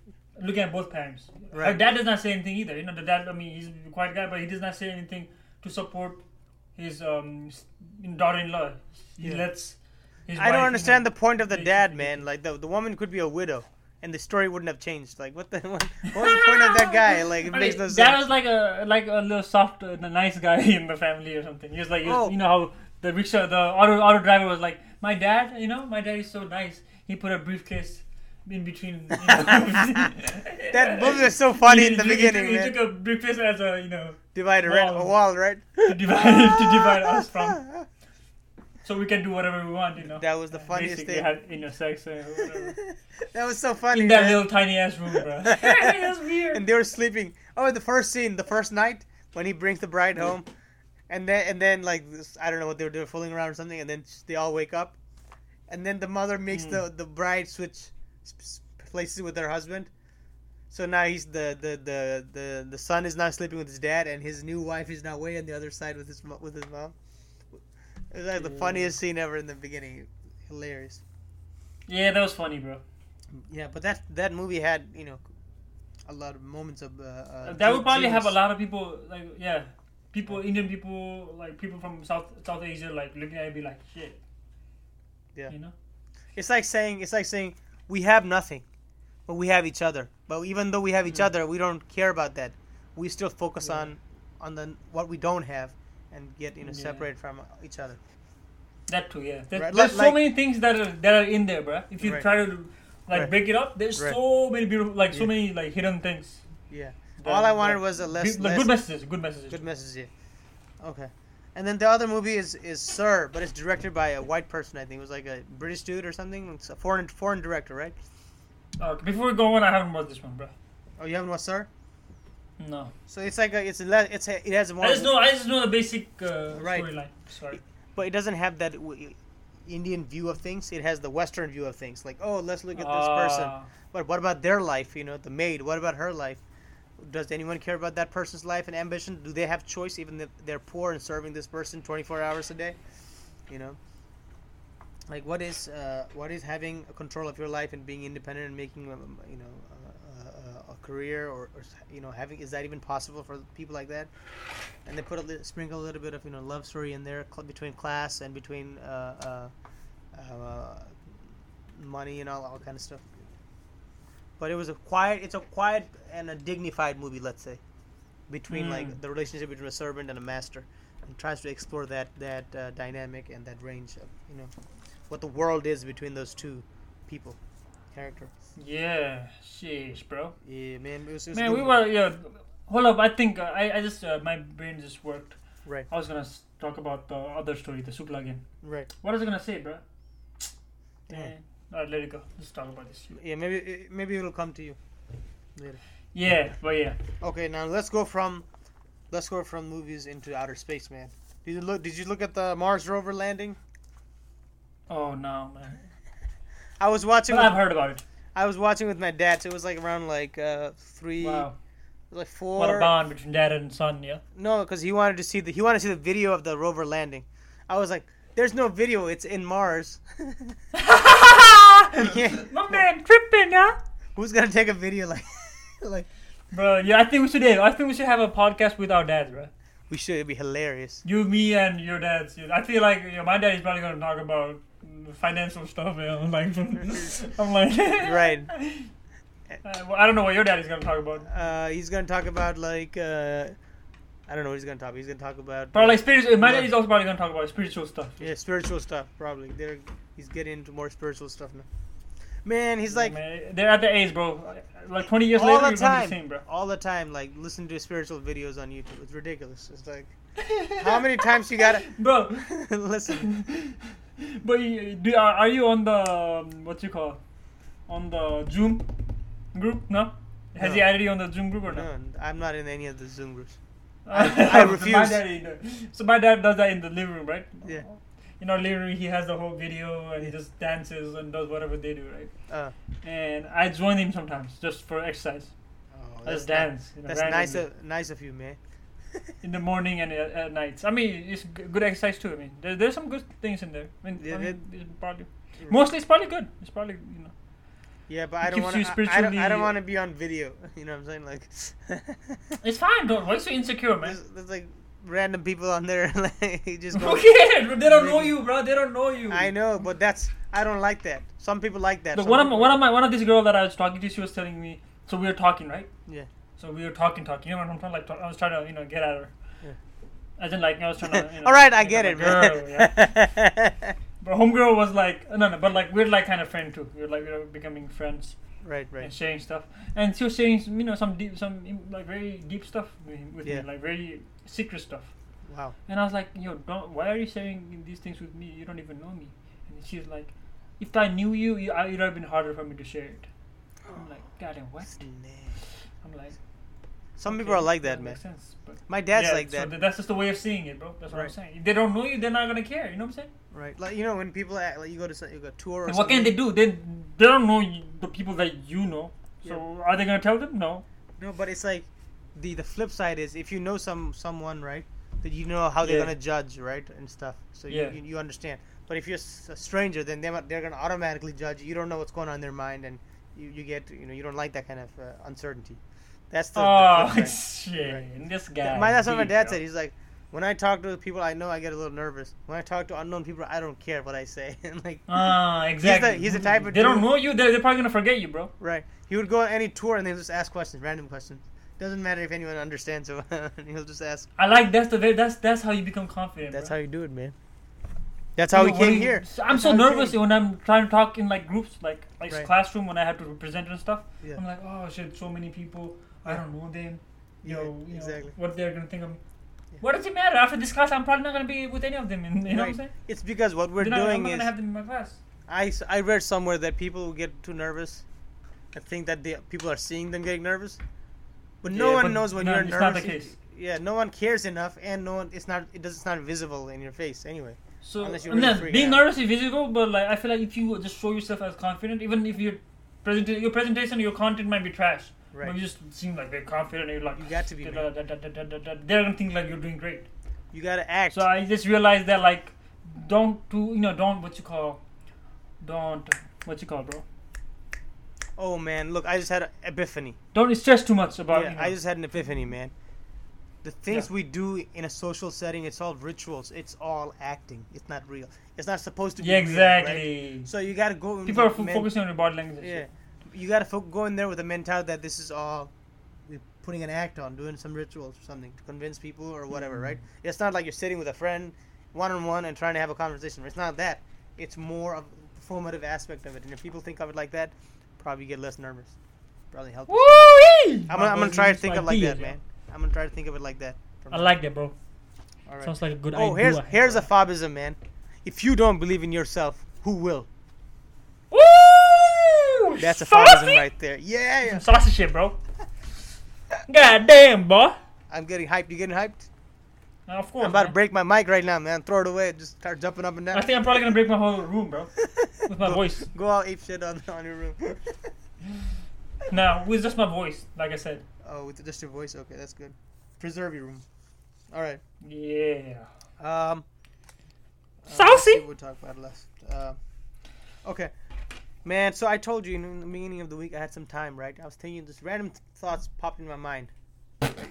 B: looking at both parents. Her
A: Right.
B: dad does not say anything either. You know the dad. I mean he's a quiet guy, but he does not say anything to support his um s- daughter-in-law. He
A: Yeah.
B: lets. His
A: I don't understand the point of the
B: Yeah,
A: dad,
B: she-
A: man. Like the the woman could be a widow, and the story wouldn't have changed. Like what the what, what was the point of that guy? Like it makes no
B: That
A: sense.
B: was like a like a little soft, uh, the nice guy in the family or something. He was like, he
A: Oh.
B: was- you know how the rickshaw, the auto auto driver was like, my dad, you know, my dad is so nice. He put a briefcase in between. You know,
A: That movie was so funny
B: He-
A: in the
B: he- he
A: beginning,
B: took- He,
A: man.
B: took a briefcase as a you know
A: Divider, right?
B: wall.
A: A wall, right?
B: to divide to divide us from, so we can do whatever we want, you know.
A: That was the
B: Uh,
A: funniest
B: basically
A: thing.
B: Had, you know, sex and whatever.
A: That was so funny.
B: in that
A: man.
B: little tiny ass room, bro. That's weird.
A: and they were sleeping. Oh, the first scene, the first night when he brings the bride home, and then and then like this, I don't know what they were doing, fooling around or something, and then they all wake up, and then the mother
B: Hmm.
A: makes the the bride switch s- s- places with her husband. So now he's the, the, the, the, the son is now sleeping with his dad, and his new wife is now way on the other side with his mo- with his mom. It was like the
B: Yeah.
A: funniest scene ever in the beginning, hilarious.
B: Yeah, that was funny, bro.
A: Yeah, but that that movie had you know a lot of moments of uh, uh,
B: that would
A: ge-
B: probably have a
A: genius.
B: lot of people like yeah people, Indian people, like people from South South Asia, like looking at it, be like, shit.
A: Yeah.
B: You know.
A: It's like saying it's like saying we have nothing, but we have each other. But even though we have each
B: Mm.
A: other, we don't care about that. We still focus
B: Yeah.
A: on on the what we don't have and get you know
B: Yeah.
A: separate from each other.
B: That too, yeah. There-
A: Right,
B: There's
A: like-
B: so
A: like-
B: many things that are that are in there, bruh. If you
A: Right.
B: try to like
A: Right.
B: break it up, there's
A: Right.
B: so many beautiful, like so
A: Yeah.
B: many like hidden things.
A: Yeah.
B: that-
A: All I wanted
B: that-
A: was a less,
B: be- like,
A: less
B: good messages, good messages.
A: good message. Yeah. Okay. And then the other movie is is Sir, but it's directed by a white person. I think it was like a British dude or something. It's a foreign foreign director, right?
B: Okay, before we go on, I haven't watched this one, bruh.
A: Oh, you haven't watched Sir?
B: No,
A: So it's like a, it's a, le- it's a, it has more.
B: I just know I just know the basic uh,
A: Right.
B: storyline. Sorry.
A: but it doesn't have that w- Indian view of things. It has the Western view of things. Like, oh, let's look at this person.
B: Ah,
A: But what about their life? You know, the maid. What about her life? Does anyone care about that person's life and ambition? Do they have choice, even if they're poor and serving this person 24 hours a day? You know, like what is uh, what is having control of your life and being independent and making um, you know a, a, a career or, or you know having is that even possible for people like that? And they put a li- sprinkle a little bit of you know love story in there cl- between class and between uh, uh, uh, money and all all kind of stuff but it was a quiet it's a quiet and a dignified movie let's say between like
B: Mm.
A: the relationship between a servant and a master and tries to explore that that uh, dynamic and that range of you know what the world is between those two people character
B: yeah, sheesh, bro.
A: yeah man it was, it was a
B: Man,
A: good
B: we
A: movie.
B: were yeah. Hold up, I think uh, I I just uh, my brain just worked.
A: Right.
B: I was gonna s- talk about the other story, the Sukla again.
A: right
B: What was I gonna say, bro?
A: Damn.
B: Alright, let it go. Let's talk about this.
A: yeah maybe it- maybe it'll come to you
B: Yeah, but yeah.
A: okay now let's go from let's go from movies into outer space man did you look did you look at the mars rover landing
B: Oh no, man.
A: i was watching
B: But I've
A: with,
B: heard about it.
A: i was watching with my dad so it was like around like uh three
B: Wow.
A: like
B: What a
A: four
B: bond between dad and son, yeah.
A: No, because he wanted to see the he wanted to see the video of the rover landing. I was like, "There's no video. It's in Mars. Yeah.
B: My man tripping, huh?
A: Who's gonna take a video like, like
B: Bro, yeah, I think we should. do it. I think we should have a podcast with our dads, bro.
A: we should? It'd be hilarious.
B: You, me, and your dads. yeah. I feel like you know, my dad is probably gonna talk about mm, financial stuff. Yeah. I'm like, I'm like,
A: Right.
B: Uh, well, I don't know what your dad is gonna talk about.
A: Uh, he's gonna talk about like uh, I don't know. What he's gonna talk. He's gonna talk about
B: But like spiritual, my
A: Yeah.
B: dad is also probably gonna talk about spiritual stuff.
A: yeah, spiritual stuff. Probably there. He's getting into more spiritual stuff now. Man, he's like
B: Man, they're at the age, bro. Like 20 years
A: all
B: later,
A: the
B: you're gonna be
A: time,
B: the same, bro.
A: all the time. Like listen to spiritual videos on YouTube. It's ridiculous. It's like how many times you gotta
B: bro?
A: listen.
B: but you, do, are, are you on the um, what you call on the Zoom group? No. Has
A: No.
B: he added you on the Zoom group or no?
A: No, I'm not in any of the Zoom groups. I
B: So my
A: refuse.
B: dad, you know- so my dad does that in the living room, right?
A: Yeah.
B: In our living room, he has the whole video and he just dances and does whatever they do, right?
A: Uh,
B: And I join him sometimes just for exercise.
A: oh,
B: I
A: that's
B: just
A: not-
B: dance. you know,
A: That's nice
B: randomly.
A: of, nice of you, man.
B: in the morning and at, at nights. I mean, it's g- good exercise too. I mean, there, there's some good things in there. I mean,
A: Yeah,
B: I mean, it's probably
A: Yeah.
B: mostly it's probably good. It's probably you know.
A: Yeah, but
B: It
A: I don't
B: keeps
A: want
B: you
A: to. I, I don't, I don't
B: spiritually-
A: want to be on video. You know what I'm saying? Like,
B: It's fine, don't. Why so insecure, man?
A: there's, there's like random people on there. Like, you just go.
B: Who cares? Bro, they don't know you, bro. They don't know you.
A: I know, but that's I don't like that. Some people like that.
B: Look,
A: some
B: one of my,
A: people-
B: one of my one of this girl that I was talking to, she was telling me. So we were talking, right?
A: Yeah.
B: So we were talking, talking. You know what I'm trying like? Talk, I was trying to you know get at her.
A: Yeah.
B: As in, like, I was trying to. You know,
A: All right, I
B: make
A: get
B: up
A: it,
B: a girl,
A: man.
B: yeah. But homegirl was like, uh, no, no, but like we're like kind of friend too. We're like we're becoming friends.
A: right, right.
B: and sharing stuff. And she was sharing, you know, some deep, some like very deep stuff with me- with
A: Yeah.
B: me, like very secret stuff.
A: Wow.
B: And I was like, yo, don't, why are you sharing these things with me? You don't even know me. And she's like, if I knew you, you I- it would have been harder for me to share it.
A: Oh.
B: I'm like, God, and what? I'm like,
A: Some people
B: okay,
A: are like that, man.
B: makes sense. But
A: My dad's
B: yeah,
A: like
B: so
A: that.
B: th- that's just the way of seeing it, bro. That's what I'm
A: Right.
B: saying. If they don't know you, they're not gonna care. You know what I'm saying?
A: Right. Like you know when people act, like you go to some- you go tour or
B: And what
A: something.
B: can they do? They they don't know you, the people that you know. So are they gonna tell them? No.
A: No, but it's like the the flip side is if you know some someone right, that you know how they're
B: Yeah.
A: gonna judge right and stuff, so
B: Yeah.
A: you, you you understand. But if you're s- a stranger, then they might- they're gonna automatically judge. You You don't know what's going on in their mind, and you, you get you know you don't like that kind of uh, uncertainty. That's the, the
B: Oh
A: flip side.
B: shit! This guy.
A: That- my, that's what my
B: deep,
A: dad
B: bro.
A: said. He's like, When I talk to the people I know, I get a little nervous. When I talk to unknown people, I don't care what I say. and like,
B: Ah, exactly.
A: he's the type of
B: They don't
A: dude-
B: know you. They're, they're probably gonna forget you, bro.
A: right? He would go on any tour and they'll just ask questions, random questions. Doesn't matter if anyone understands him. he'll just ask.
B: I like that's the very that's that's how you become confident.
A: That's
B: bro.
A: how you do it, man. That's how we
B: You know, when
A: came
B: you-
A: here.
B: so- I'm
A: That's
B: so
A: how we
B: nervous
A: came.
B: when I'm trying to talk in like groups, like like
A: Right.
B: classroom when I have to present and stuff.
A: Yeah.
B: I'm like, oh shit, so many people. I
A: Yeah.
B: don't know them.
A: Yeah,
B: You know, you
A: exactly.
B: know what they're gonna think of me.
A: Yeah.
B: What does it matter? After this class, I'm probably not gonna be with any of them. And, you know what I'm
A: Right.
B: saying?
A: It's because what we're
B: They're not-
A: doing
B: I'm not
A: is
B: gonna have them in my class.
A: I, s- I read somewhere that people who get too nervous, I think that they, people are seeing them getting nervous, but no
B: Yeah,
A: one
B: but
A: knows when
B: no,
A: you're
B: it's not
A: nervous.
B: the
A: it-
B: case.
A: Yeah, no one cares enough, and no one it's not it does it's not visible in your face anyway.
B: So
A: Unless you
B: and
A: really
B: then
A: freak
B: being
A: out.
B: nervous is physical, but like I feel like if you just show yourself as confident, even if your present your presentation, your content might be trash,
A: Right.
B: but you just seem like very confident. And you're like
A: You got to be,
B: da- da- da- da- da- da- da- They're gonna think like you're doing great.
A: You gotta act.
B: So I just realized that like don't do you know don't what you call don't what you call bro
A: oh man, look, I just had an epiphany.
B: don't stress too much about
A: Yeah,
B: you know,
A: I just had an epiphany, man. The things we do in a social setting, it's all rituals. It's all acting. It's not real. It's not supposed to be
B: yeah
A: real, right?
B: exactly.
A: So you gotta go. in
B: People are
A: with
B: f-
A: men-
B: focusing on your body language. and
A: Yeah,
B: shit.
A: you gotta fo- go in there with a mentality that this is all you're putting an act on, doing some rituals or something to convince people or
B: Mm.
A: whatever, right? It's not like you're sitting with a friend, one on one, and trying to have a conversation. It's not that. It's more of the performative aspect of it, and if people think of it like that, probably get less nervous. Probably help. us.
B: Woo-wee!
A: I'm gonna, I'm gonna try to think of it like that,
B: Ideas,
A: man. I'm gonna try to think of it like that.
B: yeah.
A: From
B: I like that, bro.
A: All right.
B: Sounds like a good idea.
A: Oh, here's here's a fobism, man. If you don't believe in yourself, who will?
B: Woo!
A: That's a
B: Sausage!
A: fobism right there. Yeah, yeah.
B: Some sausage shit, bro. God damn, boy.
A: I'm getting hyped. You getting hyped?
B: Now, of course.
A: I'm about to
B: man.
A: break my mic right now, man. Throw it away. Just start jumping up and
B: I
A: down.
B: think I'm probably gonna break my whole room, bro, with my voice.
A: Go all ape shit on, on your room.
B: Now, with just my voice, like I said.
A: oh, with just your voice. Okay, that's good. Preserve your room. All right.
B: Yeah.
A: Um,
B: Saucy.
A: we talk about last. Um okay, man. So I told you in the beginning of the week I had some time, right? I was thinking just random th- thoughts popped in my mind.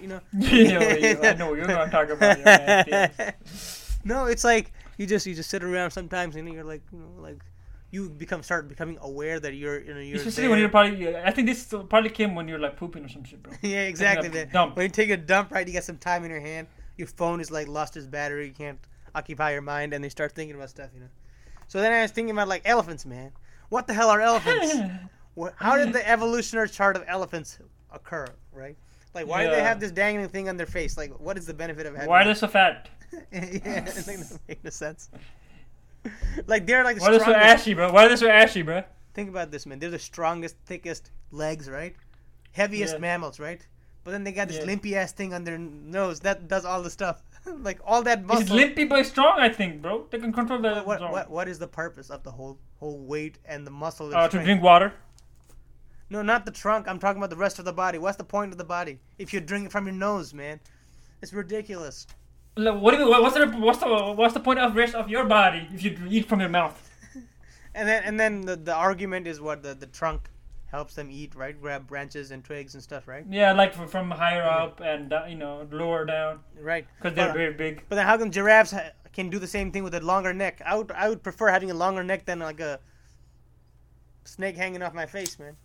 A: You know.
B: yeah, yeah, I know what you're gonna talk about your ass, yeah.
A: no, it's like you just you just sit around sometimes and you're like you know like you become start becoming aware that you're you know you're
B: Especially when
A: there.
B: you're probably, I think this probably came when you're like pooping or some shit, bro.
A: Yeah, exactly.
B: Taking a
A: Man.
B: dump.
A: When you take a dump, right, you got some time in your hand. Your phone is like lost its battery. You can't occupy your mind, and they start thinking about stuff, you know. So then I was thinking about like elephants, man. What the hell are elephants? Wh- How did the evolutionary chart of elephants occur, right? Like, why do they
B: Yeah.
A: have this dangling thing on their face? Like, what is the benefit of having?
B: Why are they so fat?
A: yeah, I think that makes no sense. Like they're like the
B: Why are they so
A: strongest.
B: ashy, bro? Why are they so ashy, bro?
A: Think about this, man. They're the strongest, thickest legs, right? Heaviest
B: Yeah.
A: mammals, right? But then they got this
B: Yeah.
A: limpy ass thing on their n- nose that does all the stuff, like all that
B: It's
A: muscle.
B: limpy but strong, I think, bro. They can control the.
A: What, what what is the purpose of the whole whole weight and the muscle? and
B: Uh, to
A: strength?
B: drink water.
A: No, not the trunk. I'm talking about the rest of the body. What's the point of the body if you're drinking from your nose, man? It's ridiculous.
B: Like, what do you, what's the what's the what's the point of rest of your body if you eat from your mouth?
A: And then and then the, the argument is what the the trunk helps them eat, right? Grab branches and twigs and stuff, right?
B: Yeah, like from, from higher up and uh, you know lower down
A: Right.
B: because they're
A: But- uh,
B: very big.
A: But then how come giraffes ha- can do the same thing with a longer neck? I would I would prefer having a longer neck than like a snake hanging off my face, man.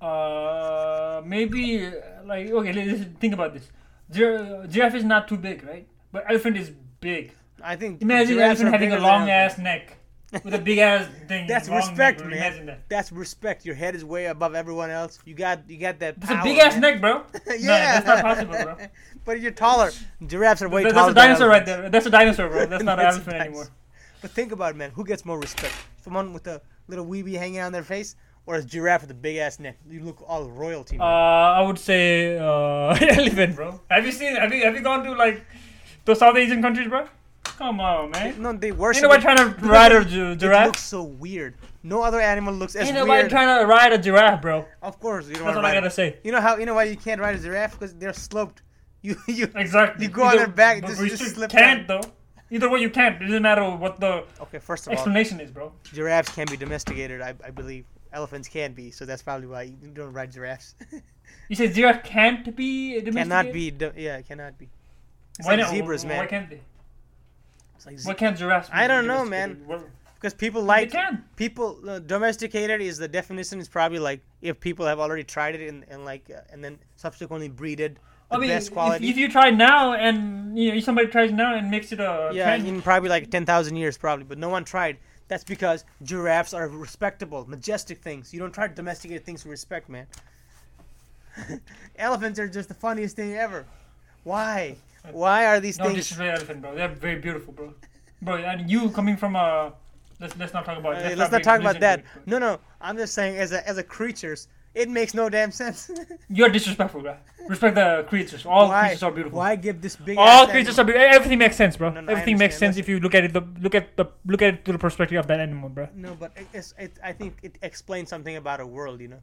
B: Uh, maybe uh, like okay, let's think about this. Gir- giraffe is not too big, right? But elephant is big.
A: I think
B: Imagine
A: giraffes
B: elephant
A: are
B: having
A: bigger
B: a
A: than
B: long
A: elephants.
B: ass neck with a big ass thing.
A: That's
B: long
A: respect,
B: neck,
A: man.
B: Imagine that.
A: That's respect. Your head is way above everyone else. You got you got that.
B: That's
A: power,
B: a big ass
A: man.
B: neck, bro.
A: yeah,
B: No, that's not possible, bro.
A: but you're taller. Giraffes are way
B: That- that's
A: taller.
B: a dinosaur
A: than
B: right
A: elephants.
B: there. That's a dinosaur, bro. That's not an
A: That's a
B: elephant anymore.
A: But think about it, man. Who gets more respect? Someone with a little weeby hanging on their face, or a giraffe with a big ass neck? You look all royalty. man.
B: Uh, I would say uh, elephant, bro. Have you seen? Have you have you gone to like those South Asian countries, bro? Come on, man.
A: no, they
B: Ain't
A: worship.
B: nobody
A: it.
B: trying to ride a gi-
A: It
B: giraffe.
A: looks so weird. No other animal looks as
B: Ain't nobody
A: weird.
B: trying to ride a giraffe, bro.
A: of course, you don't
B: That's
A: want to
B: all I
A: ride.
B: gotta
A: it.
B: say.
A: You know how you know why you can't ride a giraffe because they're sloped. You you
B: Exactly.
A: You go on
B: Either-
A: their back,
B: but
A: just-
B: we
A: just
B: still
A: slip
B: Can't though. Either way, you can't. It doesn't matter what the
A: okay. First of all,
B: explanation is, bro.
A: giraffes can be domesticated. I, I believe elephants can be. So that's probably why you don't ride giraffes.
B: You said giraffe can't be domesticated.
A: cannot be. do- Yeah, cannot be. It's
B: why
A: like
B: not?
A: zebras,
B: why
A: man.
B: can't they?
A: It's like ze-
B: Why can't giraffes? be
A: I don't know,
B: domesticated? Why-
A: because people
B: They
A: like
B: can.
A: people uh, domesticated is the definition is probably like if people have already tried it and, and like uh, and then subsequently breeded the
B: I mean,
A: best
B: if,
A: quality.
B: if you try now and you know somebody tries now and makes it a
A: yeah,
B: trend,
A: in probably like ten thousand years, probably, but no one tried. That's because giraffes are respectable, majestic things. You don't try to domesticate things with respect, man. Elephants are just the funniest thing ever. Why? Why are these
B: no
A: things?
B: disrespect elephant, bro. They're very beautiful, bro. Bro, and you coming from a let's let's not talk about.
A: Uh,
B: it.
A: let's not talk
B: bring
A: about that.
B: religion to it, bro.
A: No, no. I'm just saying, as a as a creatures, it makes no damn sense.
B: You're disrespectful, bro. Respect the creatures. All
A: Why?
B: creatures are beautiful.
A: Why give this big?
B: All creatures are beautiful. Everything makes sense, bro.
A: No, no, I
B: Everything makes
A: understand.
B: sense if you look at it. The look at the look at it through the perspective of that animal, bro.
A: No, but it- it's, it, I think it explains something about a world. You know,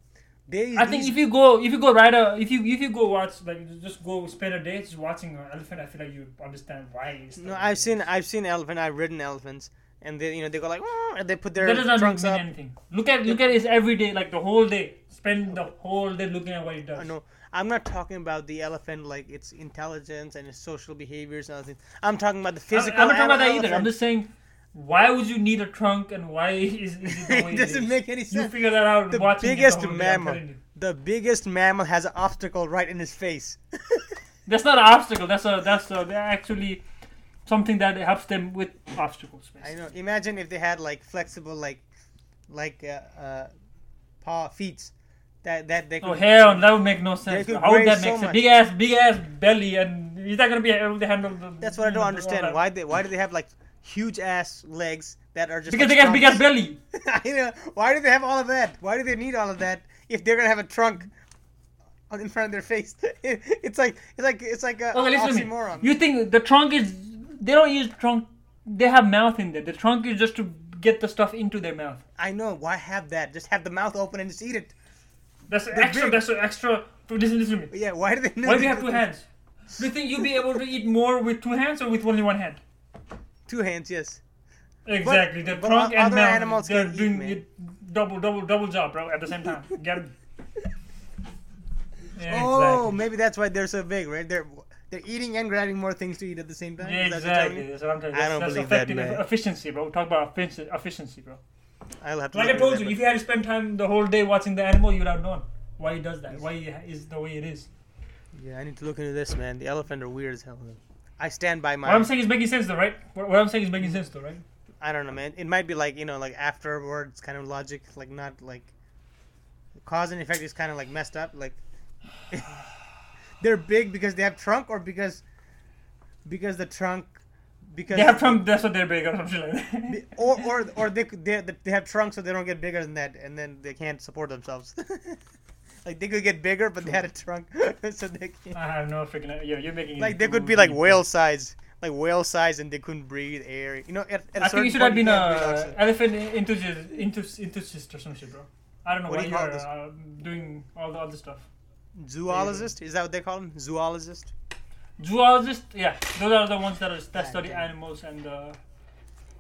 A: they.
B: I think
A: these-
B: if you go, if you go ride a, if you if you go watch like just go spend a day just watching an elephant, I feel like you understand why. It's
A: no, I've seen I've seen elephant. I've ridden elephants, and they you know they go like "Wah," and they put their
B: That does not
A: trunks
B: mean
A: up.
B: anything. Look at look at his every day, like the whole day. Spend the whole day looking at what he
A: Uh,
B: does.
A: no, I'm not talking about the elephant like its intelligence and its social behaviors and other things. I'm talking about the
B: I'm,
A: physical.
B: I'm not talking about that
A: ele-
B: either. I'm
A: elephant.
B: just saying, why would you need a trunk and why is, is it the way
A: it
B: it
A: doesn't
B: is?
A: make any sense.
B: You figure that out
A: the
B: watching it
A: biggest
B: the whole day, I'm
A: mammal
B: telling you.
A: the biggest mammal has an obstacle right in his face
B: That's not an obstacle. That's a that's a, they're actually something that helps them with obstacles.
A: i
B: Basically.
A: know imagine if they had like flexible like like uh, uh paw feet that that they could
B: Oh hell, that would make no sense.
A: could
B: How would
A: graze
B: that
A: so
B: make sense?
A: much.
B: Big ass, big ass belly, and is that gonna be able to handle? The,
A: that's what i
B: you
A: don't
B: know, all
A: understand
B: that?
A: why they why do they have like huge ass legs that are just
B: Because they
A: like,
B: got big ass
A: trunks?
B: belly.
A: I know. why do they have all of that why do they need all of that if they're gonna have a trunk on- in front of their face it's like it's like it's like a
B: Okay, Oh, listen to me.
A: oxymoron
B: You think the trunk is? They don't use trunk. They have mouth in there. The trunk is just to get the stuff into their mouth.
A: i know why have that just have the mouth open and just eat it
B: That's an extra.
A: big-
B: That's an extra. Listen, listen to me.
A: yeah why do they
B: Why do you have two hands? Do you think you'll be able to eat more with two hands or with only one hand?
A: two hands yes
B: Exactly. the
A: but
B: trunk
A: o-
B: and
A: other
B: mouth.
A: animals
B: they're
A: can eat,
B: doing
A: man.
B: it double, double, double job, bro. At the same time, get it? Yeah,
A: Oh, maybe that's why they're so big, right? They're they're eating and grabbing more things to eat at the same time.
B: Yeah,
A: Is that what you're telling
B: exactly.
A: me?
B: That's what I'm telling you.
A: I
B: That's,
A: don't
B: that's
A: believe that,
B: effective-
A: man.
B: efficiency, bro. Talk about efficiency, efficiency, bro.
A: I'll have to.
B: Like
A: look
B: I
A: into
B: told
A: that,
B: you,
A: but-
B: if you had spent time the whole day watching the animal, you'd have known why he does that, why he is the way it is.
A: yeah, I need to look into this, man. The elephant are weird as hell. though. I stand by
B: What
A: my. Mm.
B: I'm saying is making sense, though, right? What, what I'm saying is making sense, though, right?
A: I don't know, man. It might be like you know, like afterwards kind of logic, like not like cause and effect is kind of like messed up. Like they're big because they have trunk, or because because the trunk because
B: They have from that's what they're big or something like that.
A: or or or they could- they they have trunks so they don't get bigger than that, and then they can't support themselves. like they could get bigger, but they had a trunk, so they can't.
B: I have no freaking. Yeah, you're making. it
A: Like they could
B: too
A: be like
B: deep.
A: whale size, like whale size, and they couldn't breathe air. You know, at, at a
B: I think
A: certain
B: you should
A: point,
B: have been
A: can't breathe
B: a
A: oxygen.
B: elephant enthusiast, enthusiast, enthusiast or some shit, bro. I don't know
A: What do
B: why
A: you
B: you're
A: call this?
B: uh, doing all the other stuff.
A: zoologist. Is that what they call them? Zoologist.
B: Zoologists, yeah, those are the ones that are that
A: God
B: study
A: damn.
B: animals and. Uh,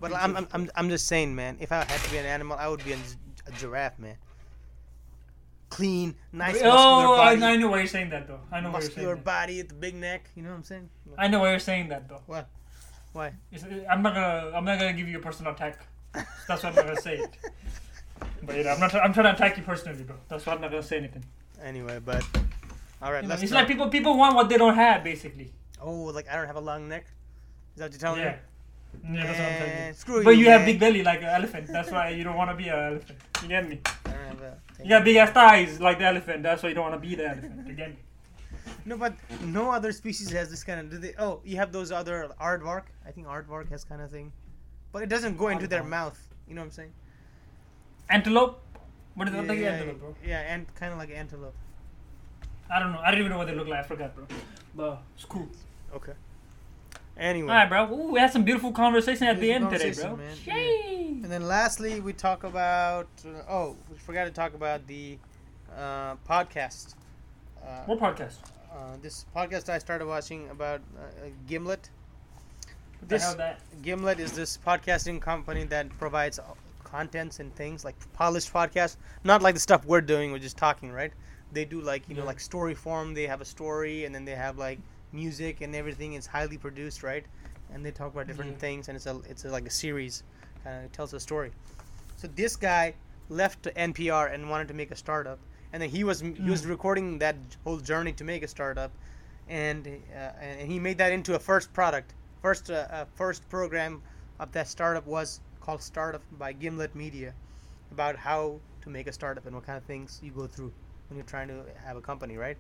A: But I'm, I'm I'm I'm just saying, man. If I had to be an animal, I would be a, gi- a giraffe, man. Clean, nice muscular
B: oh, I,
A: body,
B: I know why you're saying that though. I know why you're
A: muscular
B: saying that.
A: body with the big neck. You know what I'm saying?
B: I know why you're saying that though.
A: What? Why?
B: It's, uh, I'm not gonna. I'm not gonna give you a personal attack. That's what I'm gonna say. It. But you know, I'm not. I'm trying to attack you personally, bro. That's why I'm not gonna say anything.
A: Anyway, but all right,
B: You know,
A: let's.
B: it's
A: not-
B: like people. People want what they don't have, basically.
A: Oh, like I don't have a long neck. Is that what you're telling
B: Yeah.
A: me?
B: Yeah, that's what I'm telling
A: Man,
B: you.
A: screw
B: But
A: you,
B: you have
A: man.
B: big belly like an elephant. That's why you don't want to be an elephant. You get me?
A: I don't have a. Thing.
B: You got big ass thighs like the elephant. That's why you don't want to be the elephant. You get me?
A: No, but no other species has this kind of. Do they? Oh, you have those other aardvark. I think aardvark has kind of thing, but it doesn't go into their
B: Aardvark.
A: mouth. You know what I'm saying?
B: Antelope? What is yeah,
A: yeah,
B: antelope, bro?
A: yeah, and kind of like antelope.
B: I don't know. I don't even know what they look like. I forgot, bro. But it's cool.
A: Okay. Anyway,
B: All right, bro. Ooh, we had some beautiful conversation at the end
A: Beautiful
B: today, bro.
A: conversation,
B: Yay!
A: and then lastly we talk about. Uh, oh, we forgot to talk about the uh, podcast. Uh,
B: What podcast?
A: uh, this podcast I started watching about uh, uh, Gimlet.
B: What the
A: This-
B: hell that?
A: Gimlet is this podcasting company that provides contents and things like polished podcasts, not like the stuff we're doing, we're just talking, right? They do like you know
B: Yeah.
A: like story form. They have a story, and then they have like music and everything is highly produced, right? And they talk about different
B: Yeah.
A: things, and it's a it's a, like a series, kind of tells a story. So this guy left NPR and wanted to make a startup, and then he was he was
B: Mm.
A: recording that whole journey to make a startup, and uh, and he made that into a first product, first uh, uh, first program of that startup was called Startup by Gimlet Media, about how to make a startup and what kind of things you go through when you're trying to have a company, right?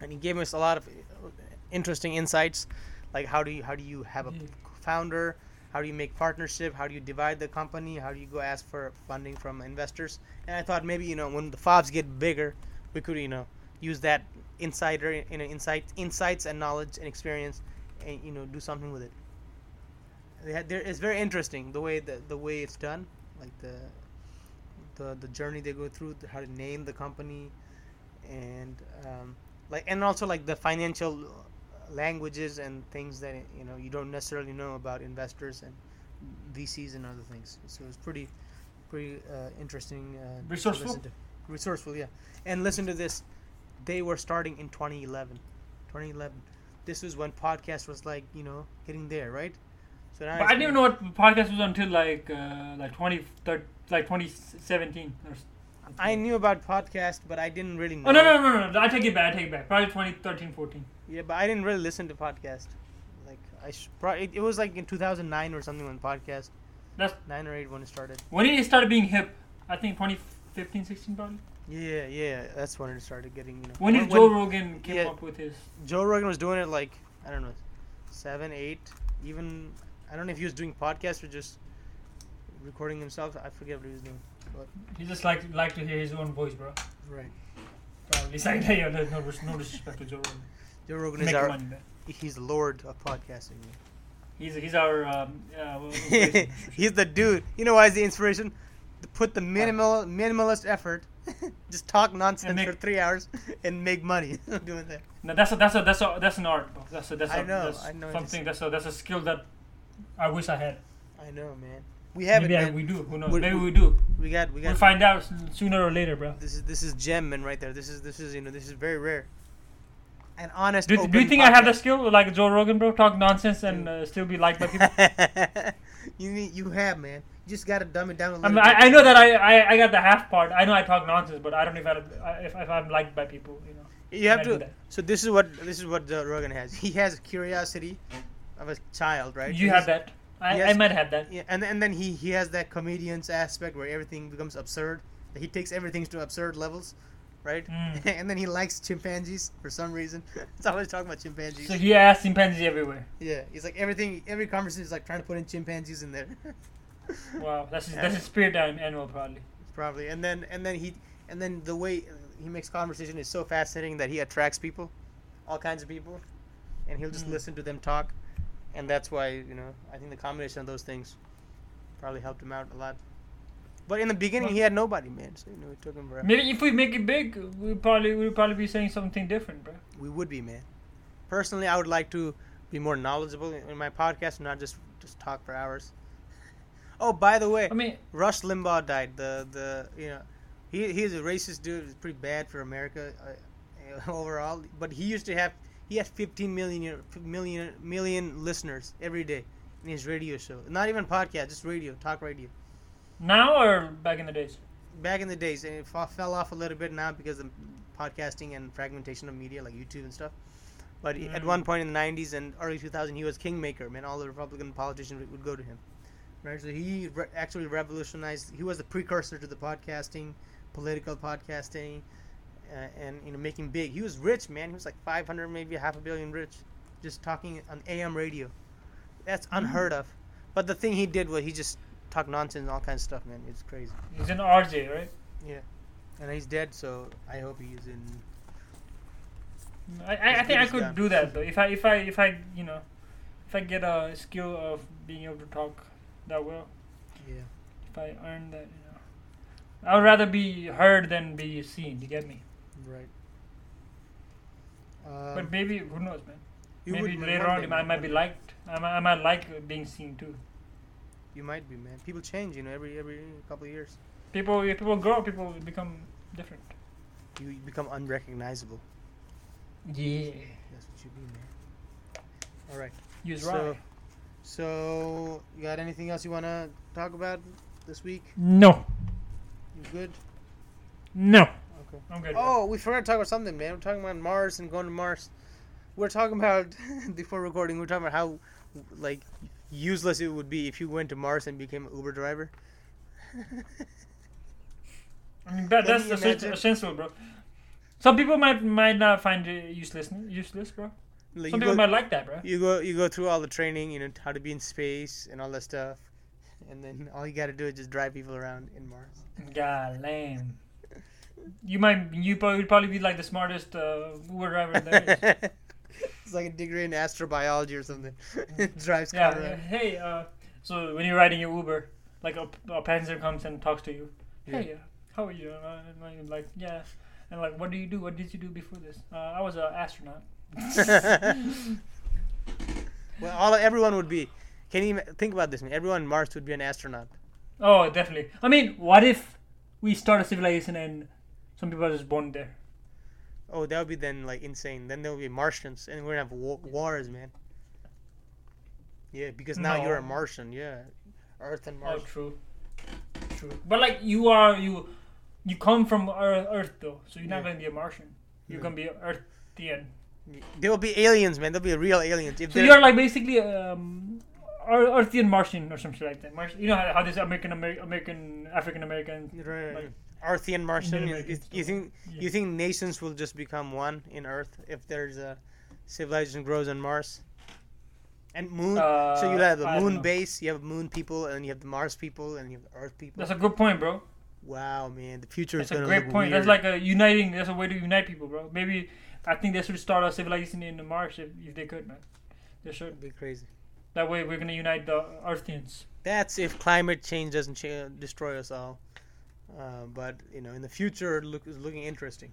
A: And he gave us a lot of uh, interesting insights, like how do you how do you have a
B: Yeah.
A: founder, how do you make partnership, how do you divide the company, how do you go ask for funding from investors. And I thought maybe you know when the fobs get bigger, we could you know use that insider you know insight insights and knowledge and experience, and you know do something with it. They had, there, it's very interesting the way the, the way it's done, like the the the journey they go through, the- how to name the company, and um, like and also like the financial uh, languages and things that you know you don't necessarily know about investors and VCs and other things. So it's pretty pretty uh, interesting. Uh, to
B: Resourceful?
A: listen to. Resourceful, yeah. And listen to this. They were starting in 2011. 2011. This was when podcast was like you know getting there, right? So now
B: But I
A: it's
B: didn't even know what podcast was until like uh, like twenty thir- like twenty seventeen. Or s-
A: I knew about podcast, but I didn't really know.
B: Oh no, no no no no! I take it back. I take it back. Probably 2013, 14.
A: Yeah, but I didn't really listen to podcast. Like I sh- pro- it, it was like in 2009 or something when podcast
B: That's
A: nine or eight when it started.
B: when it started being hip. I think 2015, 16 probably.
A: Yeah, yeah, that's when it started getting you know.
B: When did Joe Rogan came
A: yeah.
B: up with his?
A: Joe Rogan was doing it like I don't know, seven, eight, even I don't know if he was doing podcasts or just recording himself. I forget what he was doing.
B: He just like like to hear his own voice, bro.
A: Right.
B: Probably. It's like yeah, no, no, no disrespect to Joe Rogan.
A: Joe Rogan is
B: Make
A: our
B: money, man.
A: he's the lord of podcasting.
B: He's he's our um, uh, well,
A: he's the dude. You know why he's the inspiration? To put the minimal minimalist effort, just talk nonsense
B: make-
A: for three hours and make money doing that.
B: No, that's a, that's a, that's a, that's an art. bro. That's a, that's
A: I
B: a,
A: know,
B: that's
A: I know it is.
B: something that's a that's a skill that I wish I had.
A: I know, man. We have
B: Maybe
A: it,
B: I-
A: man.
B: we do. Who knows?
A: We-
B: Maybe
A: we-
B: we, do.
A: We got, we got.
B: We'll find out s- sooner or later, bro.
A: This is this is gem, man, right there. This is this is you know this is very rare. An honest.
B: Do, do you
A: open
B: think I have the
A: podcast.
B: skill like Joe Rogan, bro? Talk nonsense and uh, still be liked by people.
A: you need, you have, man. You just gotta dumb it down a
B: I,
A: little.
B: mean, I,
A: bit.
B: I know that I, I, I got the half part. I know I talk nonsense, but I don't know if, I, if, if I'm liked by people. You know.
A: You have
B: I do
A: to.
B: that.
A: So this is what this is what Joe Rogan has. He has curiosity of a child, right?
B: You
A: He's-
B: have that. I, I
A: Yes.
B: might have that.
A: Yeah, and and then he he has that comedian's aspect where everything becomes absurd. He takes everything to absurd levels, right?
B: Mm.
A: and then he likes chimpanzees for some reason. It's always talking about chimpanzees.
B: So he has chimpanzees everywhere.
A: yeah, he's like everything. Every conversation is like trying to put in chimpanzees in there,
B: Wow, that's his, that's his spirit an- animal probably.
A: probably. And then and then he and then the way he makes conversation is so fascinating that he attracts people, all kinds of people, and he'll just
B: Mm.
A: listen to them talk, and that's why you know I think the combination of those things probably helped him out a lot. But in the beginning, he had nobody, man. So you know, it took him forever.
B: Maybe if we make it big, we probably we'll probably be saying something different, bro.
A: we would be man personally i would like to be more knowledgeable in in my podcast and not just just talk for hours oh by the way
B: I mean,
A: rush limbaugh died the the you know he he's a racist dude it's pretty bad for america uh, overall but he used to have he had 15 million year- million million listeners every day in his radio show not even podcast just radio talk radio
B: now or back in the days?
A: back in the days, and it fa- fell off a little bit now because of podcasting and fragmentation of media like YouTube and stuff. But he- at
B: Mm.
A: one point in the '90s and early 2000, he was kingmaker. Man, all the Republican politicians would- would go to him. Right, so he re- actually revolutionized. He was the precursor to the podcasting, political podcasting, uh, and you know making big. He was rich, man. He was like 500, maybe half a billion rich, just talking on AM radio. That's unheard of. But the thing he did was he just talked nonsense and all kinds of stuff, man. It's crazy
B: He's an RJ, right?
A: and he's dead. So I hope he's in.
B: I, I, I
A: As good
B: think I
A: as
B: could
A: them.
B: do that though. If I if I if I you know, if I get a skill of being able to talk that well,
A: Yeah,
B: if I earn that, you know, I would rather be heard than be seen. You get me?
A: right.
B: but maybe who knows,
A: Um,
B: man?
A: you
B: maybe
A: would-
B: later
A: one
B: on
A: day,
B: I might,
A: man, one
B: be
A: day.
B: liked. I might, I might like uh, being seen too.
A: You might be, man. People change, you know, every every couple of years.
B: People if people grow. People become different.
A: You become unrecognizable.
B: Yeah.
A: That's what you be, man. All right.
B: Use
A: So-
B: right.
A: So, you got anything else you want to talk about this week?
B: No.
A: You good?
B: No.
A: Okay.
B: I'm good.
A: Oh, we forgot to talk about something, man. We're talking about Mars and going to Mars. We're talking about before recording. We're talking about how like useless it would be if you went to Mars and became an Uber driver.
B: I mean, that,
A: Can
B: that's
A: you
B: essen-
A: imagine?
B: essential, bro. Some people might might not find it useless, useless, bro.
A: Like,
B: Some
A: you,
B: people
A: go,
B: might like that, bro.
A: you go you go through all the training, you know how to be in space and all that stuff, and then all you got to do is just drive people around in Mars.
B: God lame. You might you probably would probably be like the smartest uh, Uber driver there is.
A: it's like a degree in astrobiology or something. Drives
B: Yeah.
A: car
B: uh,
A: around.
B: Hey, uh, so when you're riding your Uber, like a, a passenger comes and talks to you.
A: Yeah.
B: Hey, uh, how are you? And I- And I'm like, yeah. And like, what do you do? What did you do before this? Uh, I was an astronaut.
A: well, all everyone would be. Can you ima- think about this? Man? Everyone on Mars would be an astronaut.
B: Oh, definitely. I mean, what if we start a civilization and some people are just born there?
A: Oh, that would be then like insane. Then there would be Martians, and we're gonna have wa- wars, man. Yeah, because now you're a
B: No.
A: Martian. Yeah, Earth and
B: Oh,
A: Mars.
B: true. True. But like, you are you, you come from Earth, Earth though, so you're not
A: Yeah.
B: gonna be a Martian. You're gonna be Earthian.
A: There will be aliens, man. There'll be real aliens. If
B: So
A: they're-
B: you're like basically um, Ear- Earthian Martian or something like that. Martian, you know how, how this American Amer- American African American.
A: Right, right,
B: like-
A: right. Earthian Martian. You,
B: Americans
A: you think
B: Yeah.
A: you think nations will just become one in Earth if there's a civilization grows on Mars? And moon. so you
B: Uh,
A: have
B: I
A: the
B: don't
A: moon
B: know.
A: base. You have moon people, and you have the Mars people, and you have the Earth people.
B: That's a good point, bro.
A: wow, man, the future
B: That's
A: is
B: a
A: gonna
B: great
A: look
B: point. That's
A: weird.
B: like a uniting. That's a way to unite people, bro. Maybe I think they should start a civilization in Mars if, if they could, man. They should.
A: That'd be crazy.
B: That way we're gonna unite the Earthians.
A: That's if climate change doesn't cha- destroy us all. Uh, but you know, in the future, it look, it's looking interesting.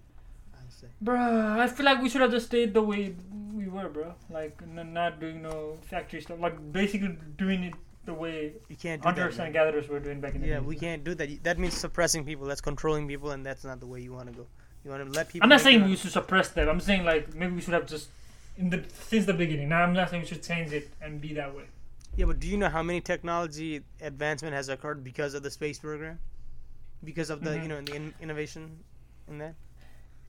A: I'll say.
B: Bruh, I feel like we should have just stayed the way we were, bro. Like n- not doing no factory stuff. Like basically doing it the way
A: You can't do
B: hunters
A: that. man.
B: and gatherers were doing back in the
A: Yeah,
B: days,
A: we
B: bro.
A: can't do that. That means suppressing people. That's controlling people, and that's not the way you want to go. You want to let people.
B: I'm not
A: make
B: saying
A: their-
B: we should suppress them. I'm saying like maybe we should have just in the since the beginning. Now I'm not saying we should change it and be that way.
A: Yeah, but do you know how many technology advancement has occurred because of the space program? Because of the
B: Mhm.
A: you know the in- innovation in that.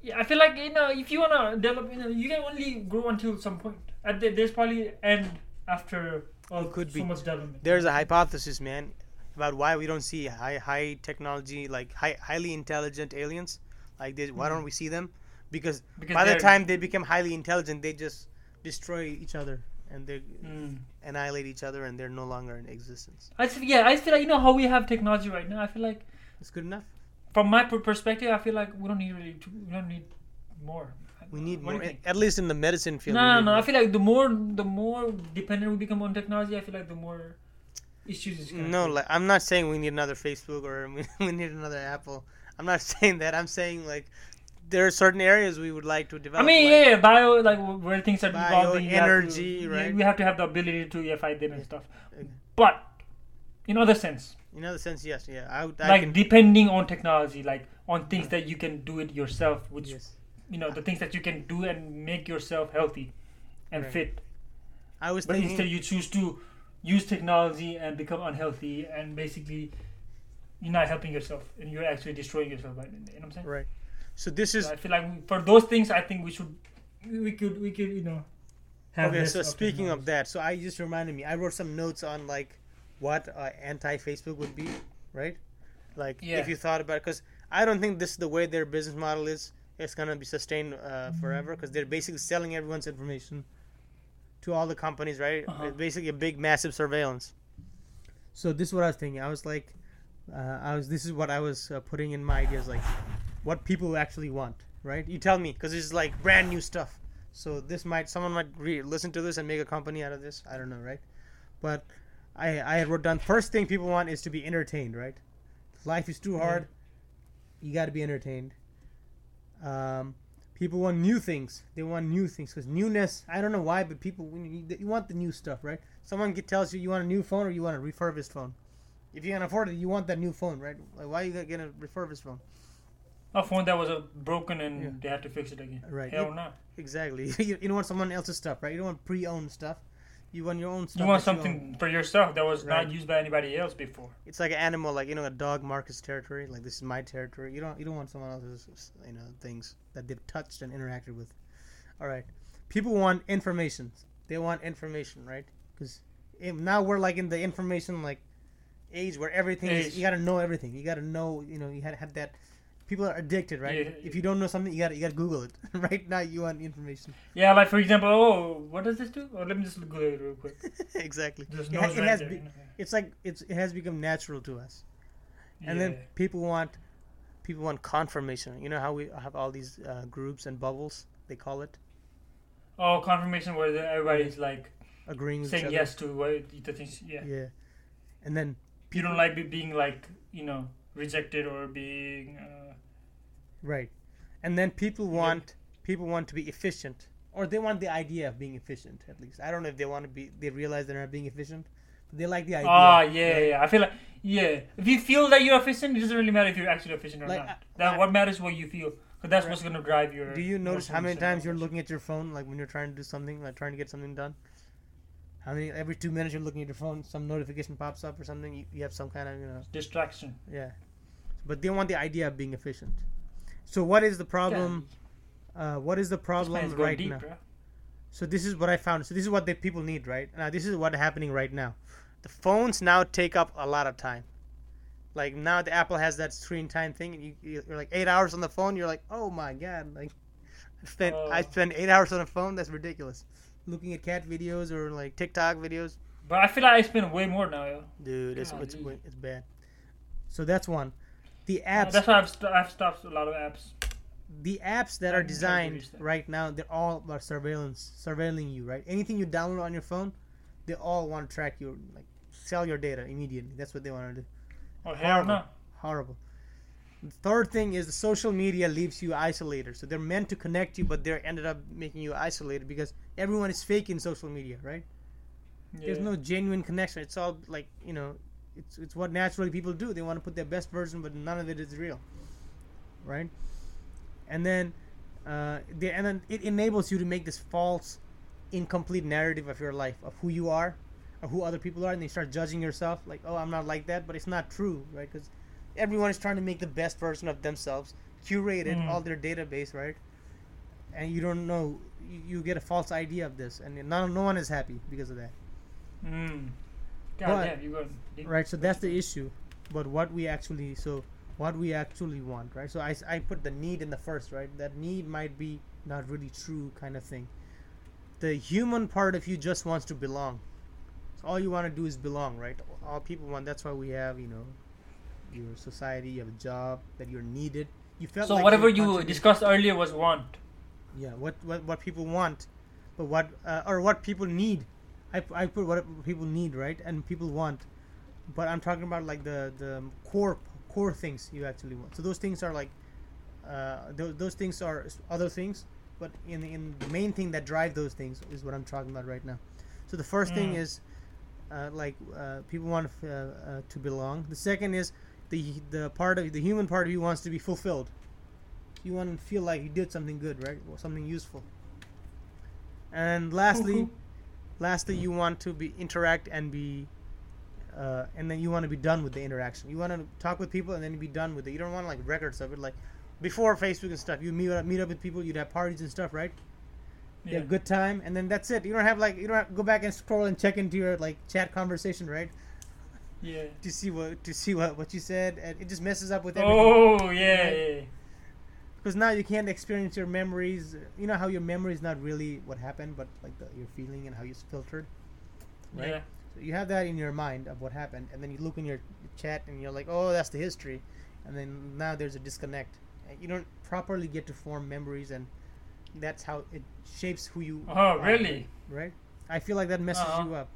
B: Yeah, I feel like you know if you wanna develop, you know, you can only grow until some point. At the, there's probably end after all
A: It could
B: so
A: be.
B: much development.
A: There's a hypothesis, man, about why we don't see high high technology like high, highly intelligent aliens. Like this, why don't we see them? Because
B: Mm-hmm. Because
A: by the
B: they're-
A: time they become highly intelligent, they just destroy each other and they
B: Mm.
A: annihilate each other, and they're no longer in existence.
B: I just, yeah, I just feel like you know how we have technology right now. I feel like
A: It's good enough.
B: from my per- perspective, I feel like we don't need really, to, we don't need more.
A: We need
B: Uh, What do
A: more,
B: you think?
A: at least in the medicine field. we
B: No, no,
A: need
B: no. I
A: more.
B: feel like the more the more dependent we become on technology, I feel like the more issues. Is gonna
A: No,
B: be.
A: like I'm not saying we need another Facebook or we, we need another Apple. I'm not saying that. I'm saying like there are certain areas we would like to
B: I
A: develop.
B: mean,
A: like,
B: yeah, bio, like w- where things are
A: Bio,
B: evolving. you have to-
A: energy,
B: you-
A: right?
B: We have to have the ability to yeah, fight them and stuff.
A: Okay.
B: But in other sense,
A: In other sense, yes, yeah. I, would- I
B: like
A: can. Uh-huh.
B: depending on technology, like on things that you can do it yourself, which
A: Yes.
B: you know the things that you can do and make yourself healthy and
A: Right.
B: fit.
A: I was
B: But
A: thinking.
B: instead, you choose to use technology and become unhealthy, and basically, you're not helping yourself, and you're actually destroying yourself. Right? You know what I'm saying?
A: right. So this is
B: So I feel like we, for those things, I think we should, we could, we could, you know. Have
A: okay.
B: less
A: So speaking of
B: technology.
A: that, so I just reminded me. I wrote some notes on like what uh, anti-Facebook would be, right? Like
B: Yeah.
A: if you thought about, because I don't think this is the way their business model is. It's gonna be sustained uh,
B: Mm-hmm.
A: forever because they're basically selling everyone's information to all the companies, right?
B: Uh-huh.
A: It's basically a big, massive surveillance. So this is what I was thinking. I was like, uh, I was. This is what I was uh, putting in my ideas, like what people actually want, right? You tell me, because this is like brand new stuff. So this might someone might re- listen to this and make a company out of this. I don't know, right? But I I wrote down first thing people want is to be entertained, right? Life is too hard. You got to be entertained. Um, people want new things. They want new things because newness. I don't know why, but people when you, you want the new stuff, right? Someone get, tells you you want a new phone or you want a refurbished phone. If you can afford it, you want that new phone, right? Like why you gonna get a refurbished phone?
B: a phone that was uh, broken and they had to fix it again.
A: Right.
B: Hell
A: You-
B: no.
A: Exactly. you, you don't want someone else's stuff, right? You don't want pre-owned stuff. You want your own stuff.
B: You want
A: that own.
B: something for yourself that was
A: Right.
B: not used by anybody else before.
A: It's like an animal, like you know, a dog marks his territory. Like this is my territory. You don't you don't want someone else's you know things that they've touched and interacted with. All right, people want information. They want information, right? Because now we're like in the information like age where everything
B: Age.
A: is. You gotta know everything. You gotta know. You know, you had have that. People are addicted, right?
B: Yeah.
A: If you don't know something, you gotta you gotta Google it. right now, you want information.
B: Yeah, like for example, oh, what does this do? Oh, let me just Google it real quick.
A: exactly.
B: There's
A: It
B: no
A: ha-
B: right
A: it has
B: there.
A: be-
B: you know?
A: it's like it's it has become natural to us.
B: yeah.
A: and then people want people want confirmation you know how we have all these uh, groups and bubbles they call it
B: oh, confirmation where the- everybody's like
A: agreeing with each
B: saying
A: other.
B: yes to what the things. Yeah.
A: yeah and then
B: You don't like be- being like you know rejected or being. Uh,
A: right and then people want people want to be efficient or they want the idea of being efficient at least i don't know if they want to be they realize they're not being efficient but they like the idea
B: ah, yeah, yeah. I feel like yeah. If you feel that you're efficient, it doesn't really matter if you're actually efficient or
A: Like,
B: not.
A: I-
B: That
A: I-
B: what matters is what you feel. Cause that's what's gonna drive your.
A: do you notice how many
B: emotions and
A: times
B: all
A: you're
B: that.
A: looking at your phone like when you're trying to do something like trying to get something done how many every two minutes you're looking at your phone some notification pops up or something you, you have some kind of you know
B: distraction?
A: Yeah, but they want the idea of being efficient. So what is the problem? Uh, what is the
B: This man's
A: problem
B: going
A: right
B: deep,
A: now?
B: bruh.
A: So this is what I found. So this is what the people need right now. This is what's happening right now. The phones now take up a lot of time. Like now, the Apple has that screen time thing, and you you- you're like eight hours on the phone. You're like, oh my god, like I spent I
B: Oh.
A: spent eight hours on a phone. That's ridiculous. Looking at cat videos or like TikTok videos.
B: But I feel like I spend way more now. Yo.
A: Dude, it's it's,
B: Golly.
A: it's bad. So that's one. The apps.
B: That's why I've, st- I've stopped a lot of apps.
A: the apps that are
B: Like, how do you
A: designed
B: use that?
A: right now they're all about surveillance surveilling you right anything you download on your phone they all want to track you like sell your data immediately that's what they want to do
B: Oh hell no!
A: Horrible. horrible the third thing is the social media leaves you isolated so they're meant to connect you but they're ended up making you isolated because everyone is fake in social media right there's
B: Yeah.
A: no genuine connection it's all like you know it's, it's what naturally people do they want to put their best version but none of it is real right and then uh, the, and then it enables you to make this false incomplete narrative of your life of who you are or who other people are and they start judging yourself like oh i'm not like that but it's not true right because everyone is trying to make the best version of themselves curated
B: Mm.
A: all their database right and you don't know you, you get a false idea of this and none, no one is happy because of that
B: Mm. God
A: But-
B: damn, you got deep.
A: right so that's the issue but what we actually so what we actually want right so i, s- I put the need in the first right that need might be not really true kind of thing the human part of you just wants to belong so all you want to do is belong right all people want that's why we have you know your society you have a job that you're needed you felt
B: So
A: like
B: whatever
A: you're
B: you
A: contributing-
B: discussed earlier was want.
A: yeah what what, what people want but what uh, or what people need I, I put what people need right and people want but i'm talking about like the the core core things you actually want so those things are like uh, those, those things are s- other things but in in the main thing that drive those things is what i'm talking about right now so the first thing
B: Mm.
A: is uh, like uh, people want uh, uh, to belong the second is the the part of the human part of you wants to be fulfilled you want to feel like you did something good, right? Or something useful. And lastly,
B: Cuckoo.
A: lastly, you want to be interact and be, uh, and then you want to be done with the interaction. You want to talk with people and then be done with it. You don't want like records of it. Like before Facebook and stuff, you meet up, meet up with people, you'd have parties and stuff, right? You
B: Yeah.
A: have good time, and then that's it. You don't have like you don't have, go back and scroll and check into your like chat conversation, right?
B: Yeah.
A: To see what to see what what you said, and it just messes up with everything.
B: Oh yeah, yeah. yeah.
A: because now you can't experience your memories you know how your memory is not really what happened but like the, your feeling and how you filtered Right.
B: Yeah.
A: so you have that in your mind of what happened and then you look in your chat and you're like oh that's the history and then now there's a disconnect Uh, you don't properly get to form memories and that's how it shapes who you are,
B: Oh really?
A: right i feel like that messes
B: Uh-huh.
A: you up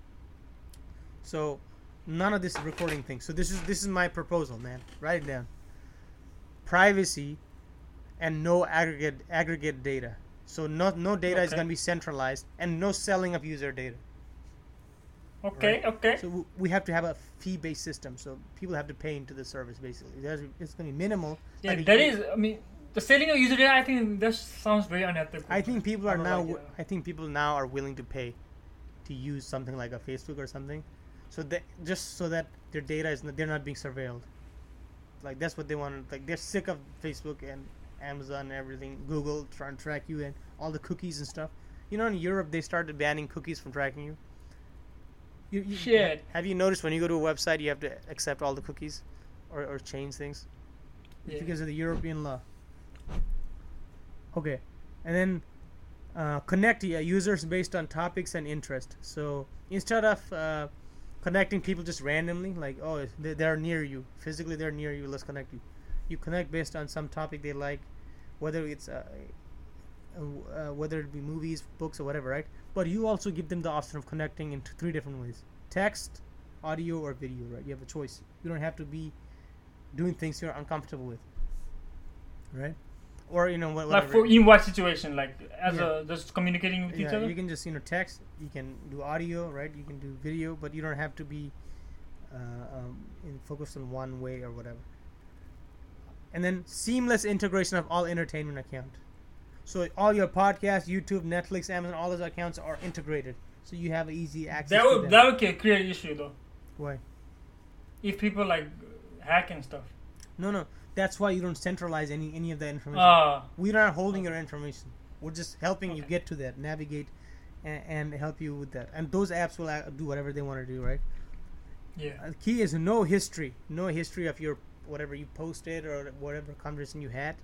A: so none of this recording thing so this is this is my proposal man write it down privacy and no aggregate aggregate data. So no no data is
B: Okay.
A: going to be centralized and no selling of user data.
B: Okay, okay.
A: So w- we have to have a fee-based system. So people have to pay into the service basically. It has, it's going to be minimal.
B: yeah,
A: Like a
B: that
A: u-
B: is. I mean, the selling of user data. I think that sounds very unethical.
A: I think people are
B: don't
A: now.
B: like
A: wi-
B: it.
A: I think people now are willing to pay to use something like a Facebook or something, so that just so that their data is not, they're not being surveilled. Like that's what they want. Like they're sick of Facebook and Amazon and everything, Google trying to track you and all the cookies and stuff. You know, in Europe they started banning cookies from tracking you. You, you
B: Shit.
A: Have you noticed when you go to a website you have to accept all the cookies, or or change things?
B: Yeah.
A: because of the European law. Okay, and then uh, connect yeah, users based on topics and interest. So instead of uh, connecting people just randomly, like oh they- they're near you physically, they're near you. Let's connect you. You connect based on some topic they like, whether it's uh, uh, whether it be movies, books, or whatever, right? But you also give them the option of connecting in t- three different ways: text, audio, or video. Right? You have a choice. You don't have to be doing things you're uncomfortable with, right? Or you know wha-
B: like
A: whatever.
B: for in what situation, like as
A: Yeah.
B: a just communicating with each
A: yeah,
B: other.
A: you can just you know text. You can do audio, right? You can do video, but you don't have to be uh, um, in- focused on one way or whatever. And then seamless integration of all entertainment account. So all your podcasts, YouTube, Netflix, Amazon, all those accounts are integrated. So you have easy access.
B: that
A: to
B: would
A: them.
B: that would ca- create issue though.
A: Why?
B: If people like hack and stuff.
A: No, no. That's why you don't centralize any any of the information.
B: Ah,
A: We're not holding your information. We're just helping you
B: Okay.
A: get to that, navigate, and, and help you with that. And those apps will uh, do whatever they want to do, right?
B: yeah.
A: Uh, key is no history, no history of your whatever you posted or whatever conversation you had,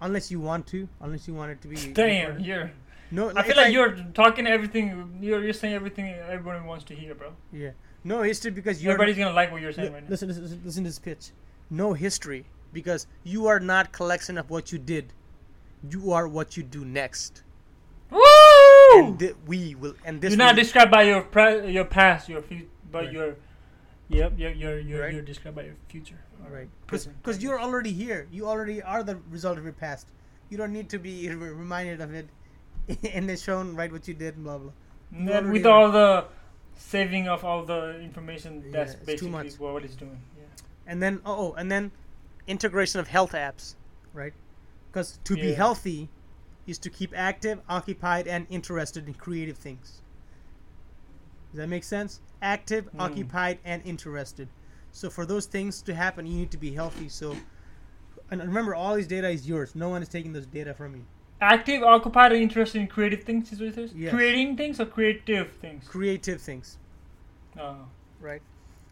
A: unless you want to, unless you want it to be.
B: Damn,
A: recorded.
B: you're.
A: No,
B: I
A: like,
B: feel
A: it's
B: like you're talking everything. You're you're saying everything everyone wants to hear, bro.
A: Yeah, no history because you're.
B: Everybody's gonna like what you're saying
A: Li-
B: right now.
A: listen, listen, listen to this pitch. No history because you are not collection of what you did. You are what you do next,
B: Woo!
A: and thi- we will. And this
B: You're not
A: will-
B: described by your pre- your past, your future, but
A: Right.
B: your yep, your your your
A: Right.
B: you're described by your future. or
A: Right.
B: present.
A: Because you're already here. You already are the result of your past. You don't need to be re- reminded of it and it's shown right what you did and blah blah.
B: And
A: you
B: then
A: already
B: with
A: are.
B: all the saving of all the information,
A: Yeah,
B: that's
A: it's too
B: basically
A: much.
B: what it's doing. Yeah.
A: And then oh, oh and then integration of health apps, right? Because to be
B: Yeah.
A: healthy is to keep active, occupied, and interested in creative things. Does that make sense? Active,
B: Hmm.
A: occupied, and interested. So for those things to happen, you need to be healthy. So, and remember, all these data is yours. No one is taking this data from you.
B: Active, occupied, and interested in creative things is what it says.
A: Yes.
B: Creating things or creative things.
A: Creative things.
B: Oh.
A: right?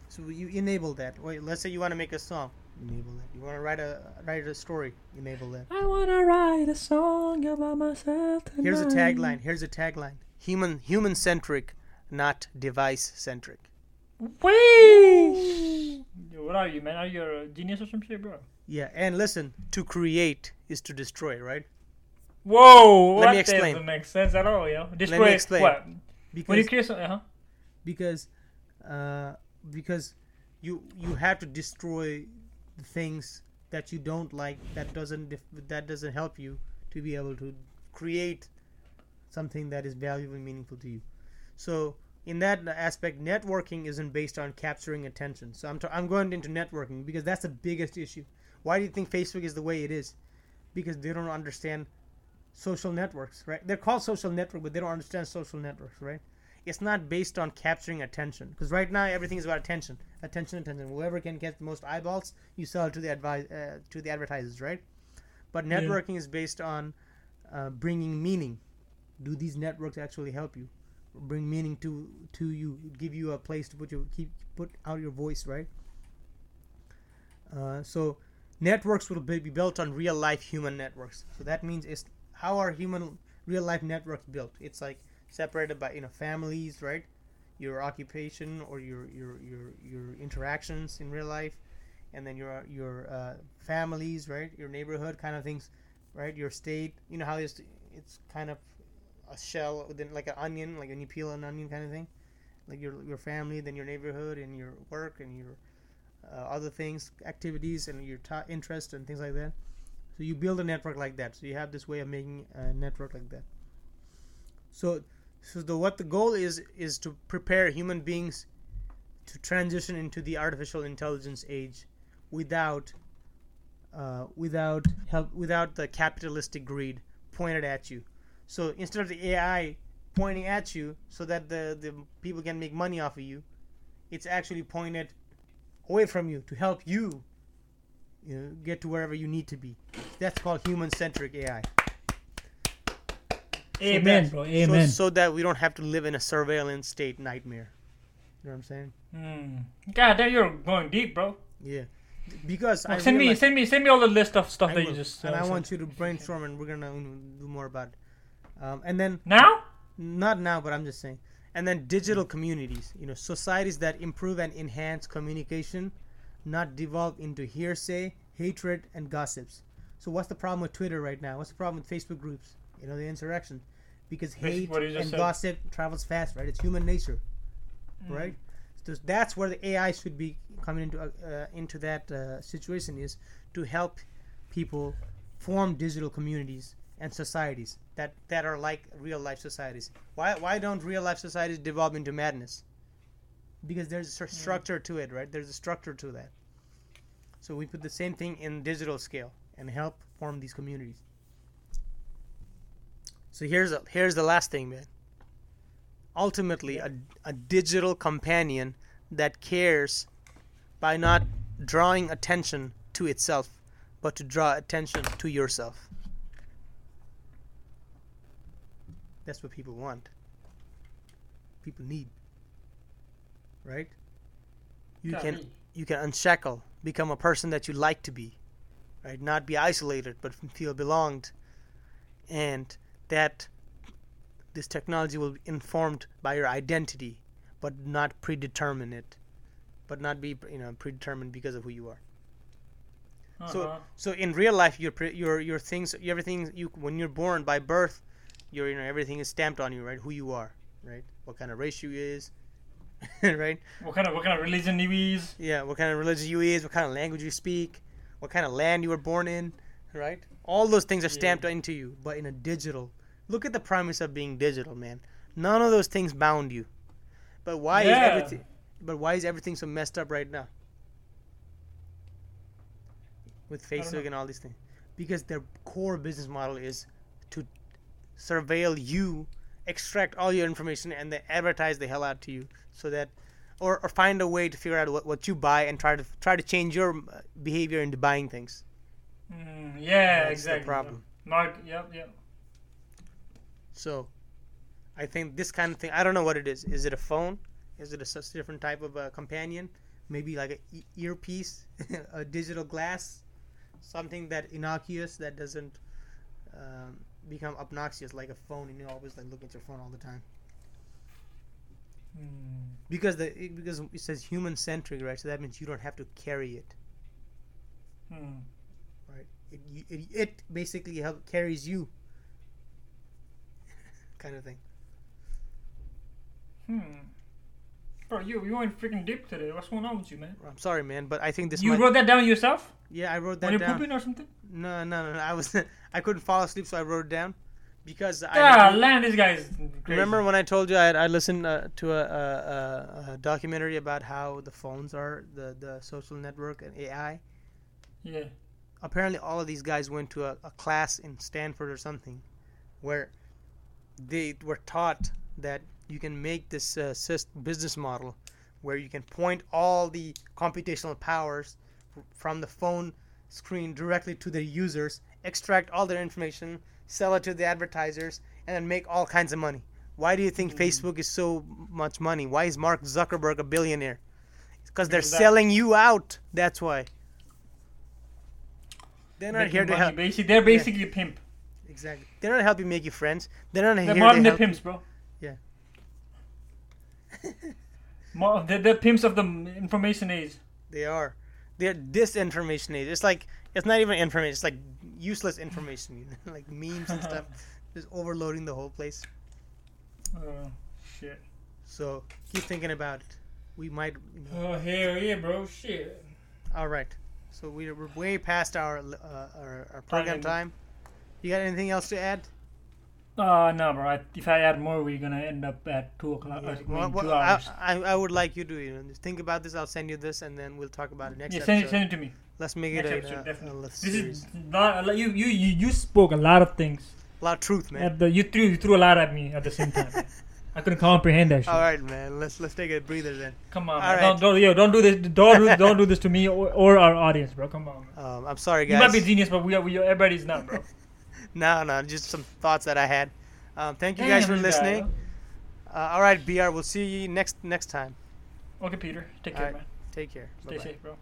A: So you enable that. Wait, let's say you want to make a song, enable that. You want to write a write a story, enable that.
B: I wanna write a song about myself.
A: Here's a tagline. Here's a tagline. Human human centric, not device centric.
B: Whee! What are you, man? Are you a genius or some shit, bro?
A: Yeah, and listen, to create is to destroy, right?
B: Whoa!
A: Let
B: what?
A: me explain.
B: Doesn't make sense at all, yo. Destroy
A: explain.
B: what? When you Uh-huh.
A: Because
B: create something, huh?
A: because uh, because you you have to destroy the things that you don't like that doesn't def- that doesn't help you to be able to create something that is valuable and meaningful to you so in that aspect networking isn't based on capturing attention so i'm, t- I'm going into networking because that's the biggest issue why do you think facebook is the way it is because they don't understand social networks right they're called social network but they don't understand social networks right it's not based on capturing attention because right now everything is about attention attention attention whoever can get the most eyeballs you sell to the advi- uh, to the advertisers right but
B: Yeah.
A: networking is based on uh, bringing meaning do these networks actually help you bring meaning to to you give you a place to put your keep put out your voice right uh, so networks will be be built on real life human networks so that means it's how are human real life networks built it's like separated by you know families right your occupation or your your your, your interactions in real life and then your your uh, families right your neighborhood kind of things right your state you know how it's it's kind of a shell within like an onion like when you peel an onion kind of thing like your your family then your neighborhood and your work and your uh, other things activities and your ta interest and things like that so you build a network like that so you have this way of making a network like that so So the what the goal is is to prepare human beings to transition into the artificial intelligence age without uh, without help without the capitalistic greed pointed at you. So instead of the AI pointing at you so that the, the people can make money off of you, it's actually pointed away from you to help you, you know, get to wherever you need to be. That's called human centric AI.
B: Amen,
A: that-
B: bro.
A: so-
B: Amen.
A: So, that we don't have to live in a surveillance state nightmare. You know what I'm saying?
B: Hmm. God damn, you're going deep, bro.
A: Yeah. Because I
B: send me,
A: realize-
B: send me, send me all the list of stuff
A: I
B: that
A: will,
B: you just.
A: and
B: uh,
A: I
B: sent.
A: want you to brainstorm, and we're gonna do more about it. Um, and then
B: now.
A: not now, but I'm just saying. And then digital
B: Mm.
A: communities, you know, societies that improve and enhance communication, not devolve into hearsay, hatred, and gossips. So what's the problem with Twitter right now? What's the problem with Facebook groups? You know, the insurrection, because hate
B: what you just
A: and
B: said.
A: gossip travels fast, right? It's human nature, right? So that's where the AI should be coming into uh, uh, into that uh, situation is to help people form digital communities and societies that, that are like real life societies. Why why don't real life societies devolve into madness? Because there's a stru- structure to it, right? There's a structure to that. So we put the same thing in digital scale and help form these communities. So here's a, here's the last thing, man. Ultimately, a, a digital companion that cares by not drawing attention to itself, but to draw attention to yourself. That's what people want. People need. Right? You can
B: Golly.
A: you can unshackle, become a person that you like to be, right? Not be isolated, but feel belonged, and that this technology will be informed by your identity, but not predetermine it, but not be you know predetermined because of who you are.
B: Uh-huh.
A: So so in real life, your pre- your your things, everything you when you're born by birth, your you know everything is stamped on you, right? Who you are, right? What kind of race you is, right?
B: what kind of what kind of religion you is?
A: Yeah, what kind of religion you is, what kind of language you speak, what kind of land you were born in, right? All those things are stamped into you, but in a digital. Look at the premise of being digital, man. None of those things bound you. But why
B: Yeah.
A: is everything but why is everything so messed up right now? With
B: don't know.
A: Facebook and all these things. Because their core business model is to surveil you, extract all your information and then advertise the hell out to you so that or, or find a way to figure out what, what you buy and try to try to change your uh, behavior into buying things.
B: Mm, yeah,
A: That's
B: exactly.
A: the problem.
B: Mark, yep, yep.
A: So, I think this kind of thing. I don't know what it is. Is it a phone? Is it a sus- different type of a companion? Maybe like a e- earpiece, a digital glass, something that innocuous that doesn't um, become obnoxious like a phone. You know, always like look at your phone all the time.
B: Mm,
A: Because the it- because it says human centric, right? So that means you don't have to carry it.
B: mm.
A: right? It, you- it, it basically help carries you, kind of thing.
B: Hmm. Bro, you you went freaking deep today. What's going on with you, man?
A: I'm sorry, man, but I think this.
B: you
A: might,
B: wrote that down yourself
A: yeah, I wrote
B: when
A: that
B: you're
A: down.
B: pooping or something?
A: No, no, no, no. I was I couldn't fall asleep, so I wrote it down because
B: Ah,
A: I
B: land, this guy is crazy.
A: remember when I told you I, I listened uh, to a, a, a, a documentary about how the phones are the the social network and AI.
B: Yeah.
A: apparently all of these guys went to a, a class in Stanford or something where they were taught that you can make this uh, sys- business model where you can point all the computational powers f- from the phone screen directly to the users, extract all their information, sell it to the advertisers, and then make all kinds of money. Why do you think Facebook is so much money? Why is Mark Zuckerberg a billionaire? Because they're
B: Because that-
A: selling you out. That's why. They're not
B: Making
A: here to
B: money,
A: help.
B: basi- they're basically pimp.
A: Exactly. They're not helping make you friends. They're not
B: They're
A: here
B: modern
A: to
B: day
A: help.
B: pimps, bro.
A: Yeah.
B: Mo- they're, they're pimps of the m- information age.
A: They are. They're disinformation age. It's like it's not even information. It's like useless information, you know, like memes and stuff, just overloading the whole place.
B: Oh, shit.
A: So keep thinking about it. We might. You know.
B: Oh, hell yeah, bro. Shit.
A: All right. So we're, we're way past our uh, our, our program
B: Timing.
A: time. You got anything else to add?
B: Uh, no, bro. I, if I add more, we're gonna end up at two o'clock. uh, I mean,
A: Well, well,
B: two hours.
A: I, I, I would like you to you know, just think about this. I'll send you this, and then we'll talk about it next
B: yeah,
A: episode.
B: send it, send it to me.
A: Let's make it
B: Next
A: a,
B: episode,
A: a, a,
B: definitely.
A: little
B: This
A: series.
B: is not, you, you, you, you spoke a lot of things.
A: a lot of truth, man.
B: At the, you threw you threw a lot at me at the same time. man. I couldn't comprehend that shit.
A: All right, man. Let's let's take a breather then.
B: Come on,
A: All
B: man.
A: right.
B: Don't, don't, yo, don't do this. Don't do, don't do this to me or, or our audience, bro. Come on. Man.
A: Um, I'm sorry,
B: You might
A: guys.
B: be genius, but we are, we are, everybody's not, bro.
A: no, no, just some thoughts that I had. Um, thank you
B: Damn,
A: guys for
B: this guy,
A: listening. Uh, all right, Br. We'll see you next next time.
B: bro. Okay, Peter. Take
A: All
B: care,
A: right.
B: man.
A: Take care.
B: Stay
A: Bye-bye.
B: safe, bro.